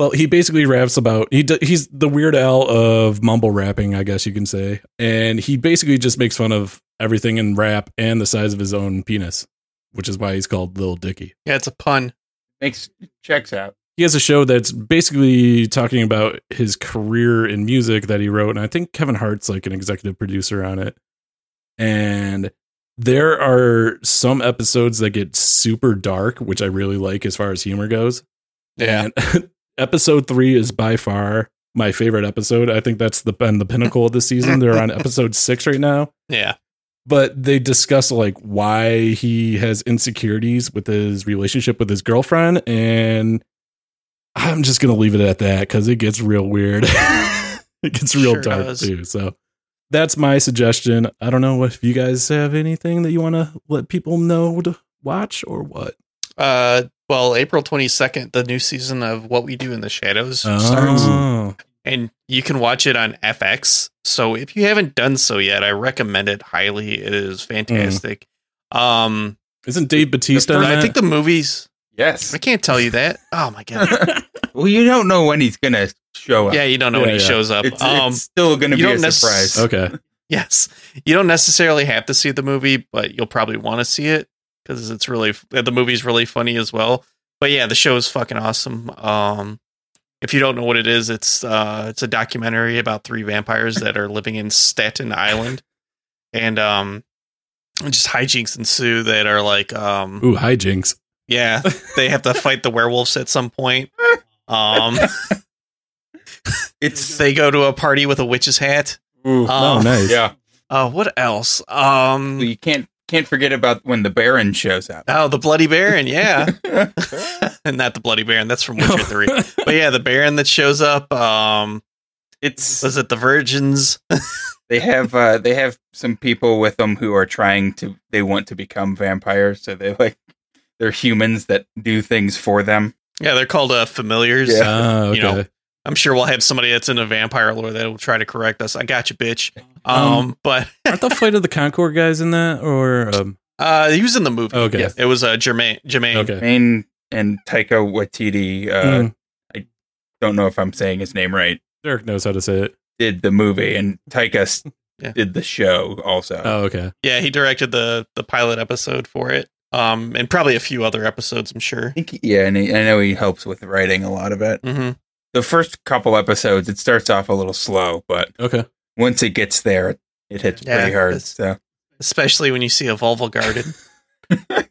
Speaker 1: Well, he basically raps about he d- he's the Weird Al of mumble rapping, I guess you can say, and he basically just makes fun of everything in rap and the size of his own penis, which is why he's called Lil Dicky.
Speaker 2: Yeah, it's a pun.
Speaker 3: Makes checks out.
Speaker 1: He has a show that's basically talking about his career in music that he wrote, and I think Kevin Hart's like an executive producer on it. And there are some episodes that get super dark, which I really like as far as humor goes.
Speaker 2: Yeah.
Speaker 1: And episode three is by far my favorite episode. I think that's the been the pinnacle of the season. They're on episode six right now.
Speaker 2: Yeah.
Speaker 1: But they discuss like why he has insecurities with his relationship with his girlfriend, and I'm just gonna leave it at that because it gets real weird. it gets real
Speaker 2: Sure
Speaker 1: dark
Speaker 2: does.
Speaker 1: too. So that's my suggestion. I don't know if you guys have anything that you want to let people know to watch or what.
Speaker 2: Uh, well, April 22nd, the new season of What We Do in the Shadows starts.
Speaker 1: Oh,
Speaker 2: and you can watch it on FX. So if you haven't done so yet, I recommend it highly. It is fantastic. Um,
Speaker 1: Mm. isn't Dave Batista? in
Speaker 2: but I
Speaker 1: that?
Speaker 2: think the movies.
Speaker 3: Yes.
Speaker 2: I can't tell you that. Oh my god.
Speaker 3: well, you don't know when he's gonna show up.
Speaker 2: Yeah, you don't know when
Speaker 1: Yeah,
Speaker 2: he
Speaker 1: yeah.
Speaker 2: shows up.
Speaker 3: It's,
Speaker 2: um,
Speaker 3: it's still gonna
Speaker 2: you
Speaker 3: be a
Speaker 2: don't necess- uh,
Speaker 3: surprise.
Speaker 1: okay.
Speaker 2: yes, you don't necessarily have to see the movie, but you'll probably want to see it because it's really the movie's really funny as well. But yeah, the show is fucking awesome. Um, if you don't know what it is, it's uh, it's a documentary about three vampires that are living in Staten Island, and um, just hijinks ensue that are like um,
Speaker 1: Ooh, hijinks.
Speaker 2: yeah, they have to fight the werewolves at some point. Um,
Speaker 3: It's
Speaker 2: they go to a party with a witch's hat.
Speaker 3: Ooh.
Speaker 1: oh,
Speaker 2: Um,
Speaker 1: nice.
Speaker 3: yeah.
Speaker 2: Uh, what else? Um,
Speaker 3: Well, you can't can't forget about when the Baron shows up.
Speaker 2: Oh, the Bloody Baron, yeah. and not the Bloody Baron, that's from Witcher 3. But yeah, the Baron that shows up, um
Speaker 3: It's
Speaker 2: was it the Virgins?
Speaker 3: they have uh, they have some people with them who are trying to they want to become vampires, so they like they're humans that do things for them.
Speaker 2: Yeah, they're called uh familiars.
Speaker 3: Yeah.
Speaker 1: Ah, okay.
Speaker 2: You know, I'm sure we'll have somebody that's in a vampire lore that will try to correct us. I got you, bitch. Um,
Speaker 1: Um,
Speaker 2: but
Speaker 1: Aren't the Flight of the Concord guys in that? Or um,
Speaker 2: uh he was in the movie.
Speaker 1: okay,
Speaker 2: It was uh Jermaine Jermaine.
Speaker 1: okay.
Speaker 3: Main and Taika Waititi, uh,
Speaker 2: Hmm.
Speaker 1: Mm,
Speaker 3: don't know if I'm saying his name right,
Speaker 1: Derek knows how to say it.
Speaker 3: did the movie and Taika s-
Speaker 2: Yeah.
Speaker 3: did the show also.
Speaker 1: Oh, okay.
Speaker 2: Yeah, he directed the the pilot episode for it. Um and probably a few other episodes, I'm sure.
Speaker 3: I think he- yeah, and he, I know he helps with writing a lot of it.
Speaker 2: Mhm.
Speaker 3: The first couple episodes, it starts off a little slow, but
Speaker 1: Okay.
Speaker 3: once it gets there, it, it hits
Speaker 2: Yeah,
Speaker 3: pretty hard.
Speaker 2: it's-
Speaker 3: So
Speaker 2: Especially when you see a Volvo guarded.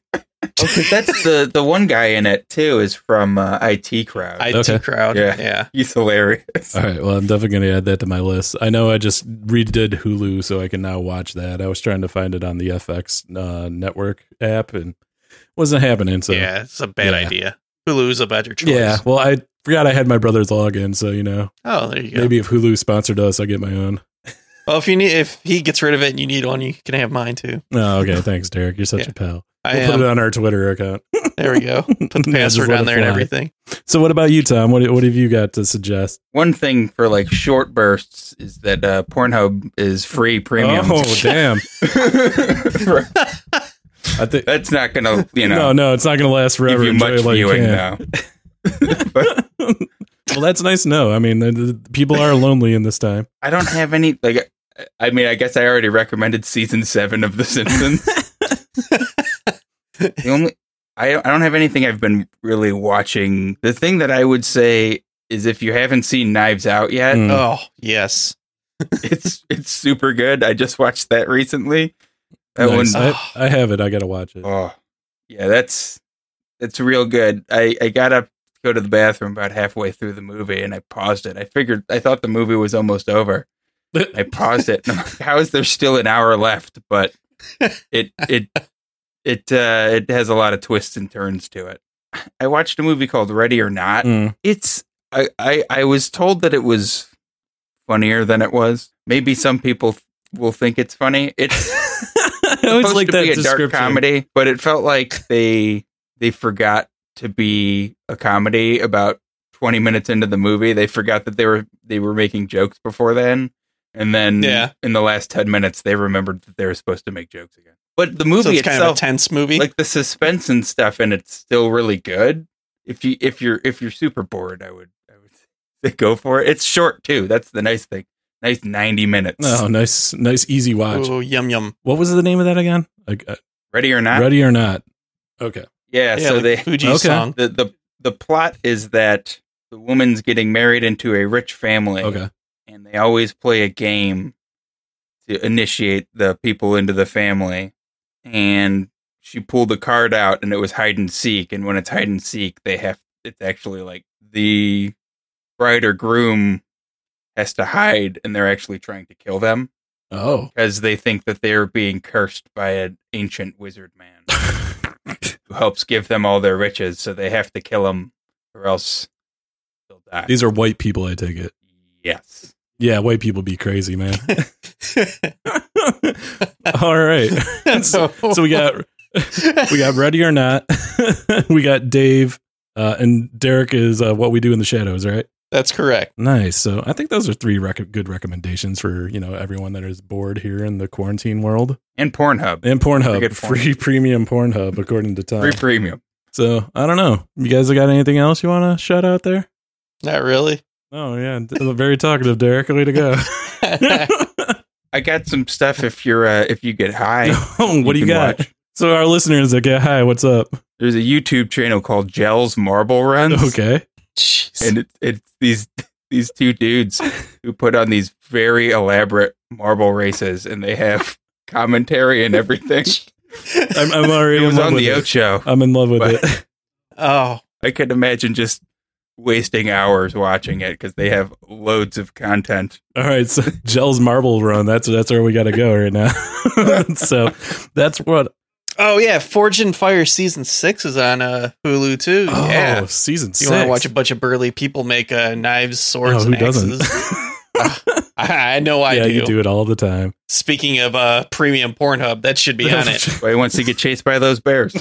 Speaker 3: Oh, 'cause that's the the one guy in it too is from uh, IT Crowd.
Speaker 2: IT
Speaker 1: Okay.
Speaker 2: crowd.
Speaker 3: Yeah.
Speaker 2: yeah.
Speaker 3: He's hilarious.
Speaker 1: All right. Well, I'm definitely going to add that to my list. I know I just redid Hulu, so I can now watch that. I was trying to find it on the FX uh, network app and wasn't happening. So
Speaker 2: yeah, it's a bad
Speaker 1: yeah.
Speaker 2: idea. Hulu's a better choice.
Speaker 1: Yeah, Well, I forgot I had my brother's login, so you know,
Speaker 2: Oh, there you go.
Speaker 1: maybe if Hulu sponsored us, I get my own.
Speaker 2: Well, if you need, if he gets rid of it and you need one, you can have mine too.
Speaker 1: Oh, okay. Thanks, Derek. You're such
Speaker 2: Yeah.
Speaker 1: a pal.
Speaker 2: I
Speaker 1: We'll put
Speaker 2: am.
Speaker 1: it on our Twitter account.
Speaker 2: There we go. Put the
Speaker 1: Yeah, just
Speaker 2: password
Speaker 1: let
Speaker 2: on
Speaker 1: it
Speaker 2: there and
Speaker 1: fly.
Speaker 2: everything.
Speaker 1: So, what about you, Tom? What what have you got to suggest?
Speaker 3: One thing for like short bursts is that uh, Pornhub is free premium.
Speaker 1: Oh, damn! I think
Speaker 3: That's not gonna you
Speaker 1: no,
Speaker 3: know
Speaker 1: no, it's not going to last
Speaker 3: give
Speaker 1: forever.
Speaker 3: you
Speaker 1: Enjoy
Speaker 3: much
Speaker 1: it while you
Speaker 3: viewing
Speaker 1: can.
Speaker 3: though.
Speaker 1: well, that's nice to know. I mean, the, the people are lonely in this time.
Speaker 3: I don't have any like. I mean, I guess I already recommended season seven of The Simpsons. the only I I don't have anything I've been really watching. The thing that I would say is if you haven't seen Knives Out yet,
Speaker 1: Mm.
Speaker 2: Oh yes,
Speaker 3: it's it's super good. I just watched that recently. That
Speaker 1: Nice.
Speaker 3: one,
Speaker 1: I, I have it. I got to watch it.
Speaker 3: oh, yeah, that's that's real good. I I got up to go to the bathroom about halfway through the movie, and I paused it. I figured I thought the movie was almost over. I paused it. and I'm like, How is there still an hour left? But it it it uh, it has a lot of twists and turns to it. I watched a movie called Ready or Not.
Speaker 1: Mm.
Speaker 3: It's I, I I was told that it was funnier than it was. Maybe some people will think it's funny. It's
Speaker 1: I always
Speaker 3: supposed
Speaker 1: like
Speaker 3: to
Speaker 1: that
Speaker 3: be a dark
Speaker 1: description.
Speaker 3: comedy, but it felt like they they forgot to be a comedy about 20 minutes into the movie. They forgot that they were they were making jokes before then. And then
Speaker 2: Yeah.
Speaker 3: in the last 10 minutes they remembered that they were supposed to make jokes again. But the movie
Speaker 2: so it's
Speaker 3: itself
Speaker 2: kind of a tense movie.
Speaker 3: like the suspense and stuff and it's still really good. If you if you're if you're super bored, I would I would They go for it. It's short too. That's the nice thing. Nice ninety minutes.
Speaker 1: Oh, nice, nice, easy watch.
Speaker 2: Ooh, yum yum.
Speaker 1: What was the name of that again? Like, uh,
Speaker 3: Ready or not?
Speaker 1: Ready or not? Okay.
Speaker 3: Yeah.
Speaker 2: Yeah,
Speaker 3: so
Speaker 2: like
Speaker 3: they
Speaker 2: Fuji
Speaker 1: Okay.
Speaker 2: song.
Speaker 3: the the the plot is that the woman's getting married into a rich family.
Speaker 1: Okay.
Speaker 3: and they always play a game to initiate the people into the family. And she pulled a card out, and it was hide and seek. And when it's hide and seek, they have it's actually like the bride or groom has to hide, and they're actually trying to kill them
Speaker 1: Oh.
Speaker 3: because they think that they're being cursed by an ancient wizard man who helps give them all their riches. So they have to kill him, or else they'll die.
Speaker 1: These are white people, I take it.
Speaker 3: yes.
Speaker 1: Yeah, white people be crazy, man. All right. so,
Speaker 2: No.
Speaker 1: so we got we got ready or not. we got Dave uh, and Derek is uh, what we do in the shadows, right?
Speaker 2: That's correct.
Speaker 1: Nice. So I think those are three rec- good recommendations for you know everyone that is bored here in the quarantine world
Speaker 3: And Pornhub.
Speaker 1: and uh, Pornhub,
Speaker 3: Forget Pornhub.
Speaker 1: free premium Pornhub according to Tom.
Speaker 3: Free premium.
Speaker 1: so I don't know. You guys got anything else you want to shout out there?
Speaker 2: Not really.
Speaker 1: Oh yeah, D- very talkative, Derek. Way to go.
Speaker 3: I got some stuff if you're uh, if you get high.
Speaker 1: what do you
Speaker 3: can
Speaker 1: got?
Speaker 3: watch.
Speaker 1: So our listeners that get hi, what's up?
Speaker 3: There's a YouTube channel called Gels Marble Runs.
Speaker 1: Okay.
Speaker 2: Jeez.
Speaker 3: And it, it's these these two dudes who put on these very elaborate marble races and they have commentary and everything.
Speaker 1: I'm, I'm already
Speaker 3: It
Speaker 1: in
Speaker 3: was
Speaker 1: love
Speaker 3: on
Speaker 1: with
Speaker 3: the
Speaker 1: it.
Speaker 3: Ocho.
Speaker 1: I'm in love with
Speaker 3: But-
Speaker 1: it.
Speaker 2: oh,
Speaker 3: I could imagine just wasting hours watching it because they have loads of content.
Speaker 1: All right, so Gel's Marble Run. That's that's where we got to go right now. so that's what.
Speaker 2: oh yeah. Forge and Fire season six is on uh, Hulu too.
Speaker 1: Oh,
Speaker 2: yeah.
Speaker 1: season six.
Speaker 2: You want to watch a bunch of burly people make uh, knives, swords,
Speaker 1: Oh, who
Speaker 2: and axes?
Speaker 1: doesn't?
Speaker 2: I, I know I
Speaker 1: yeah,
Speaker 2: do.
Speaker 1: you do it all the time.
Speaker 2: Speaking of uh, premium Pornhub, that should be on it.
Speaker 3: But he wants to get chased by those bears.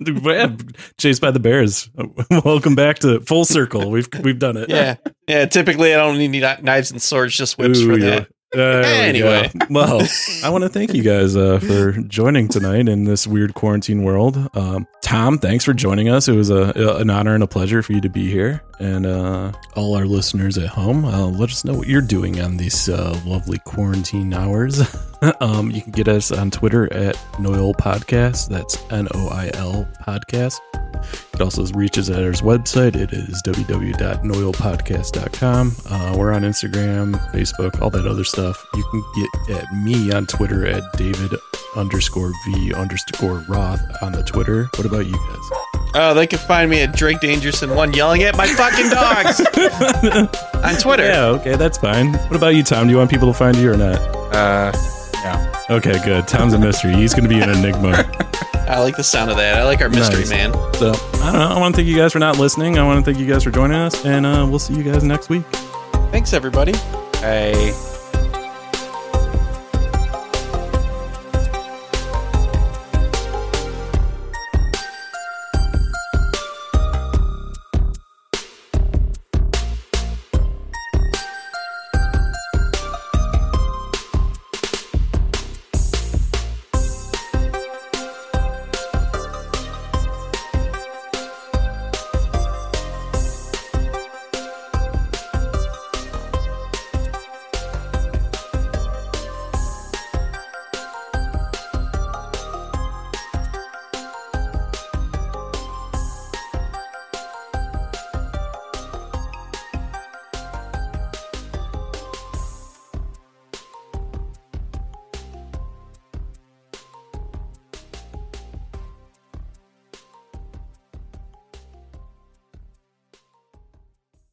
Speaker 1: Yeah, Chased by the bears. Welcome back to full circle. We've we've done it.
Speaker 2: Yeah, yeah. Typically, I don't need kni- knives and swords, just whips
Speaker 1: Ooh,
Speaker 2: for
Speaker 1: yeah.
Speaker 2: that.
Speaker 1: There we go.
Speaker 2: Anyway.
Speaker 1: well, I want to thank you guys uh, for joining tonight in this weird quarantine world. Um, Tom, thanks for joining us. It was a, a- an honor and a pleasure for you to be here. And uh, all our listeners at home, uh, let us know what you're doing on these uh, lovely quarantine hours. um, you can get us on Twitter at Noil Podcast. That's N O I L Podcast. It also reaches at our website. It is www.noilpodcast.com. Uh, we're on Instagram, Facebook, all that other stuff. You can get at me on Twitter at David underscore V underscore Roth on the Twitter. What about you guys?
Speaker 2: Oh, they can find me at Drake Dangerous and one yelling at my fucking dogs on Twitter.
Speaker 1: Yeah, okay, that's fine. What about you, Tom? Do you want people to find you or not?
Speaker 3: Uh, yeah.
Speaker 1: Okay, good. Tom's a mystery. He's going to be an enigma.
Speaker 2: I like the sound of that. I like our mystery
Speaker 1: Nice.
Speaker 2: man.
Speaker 1: So, I don't know. I want to thank you guys for not listening. I want to thank you guys for joining us, and uh, we'll see you guys next week.
Speaker 2: Thanks, everybody.
Speaker 3: I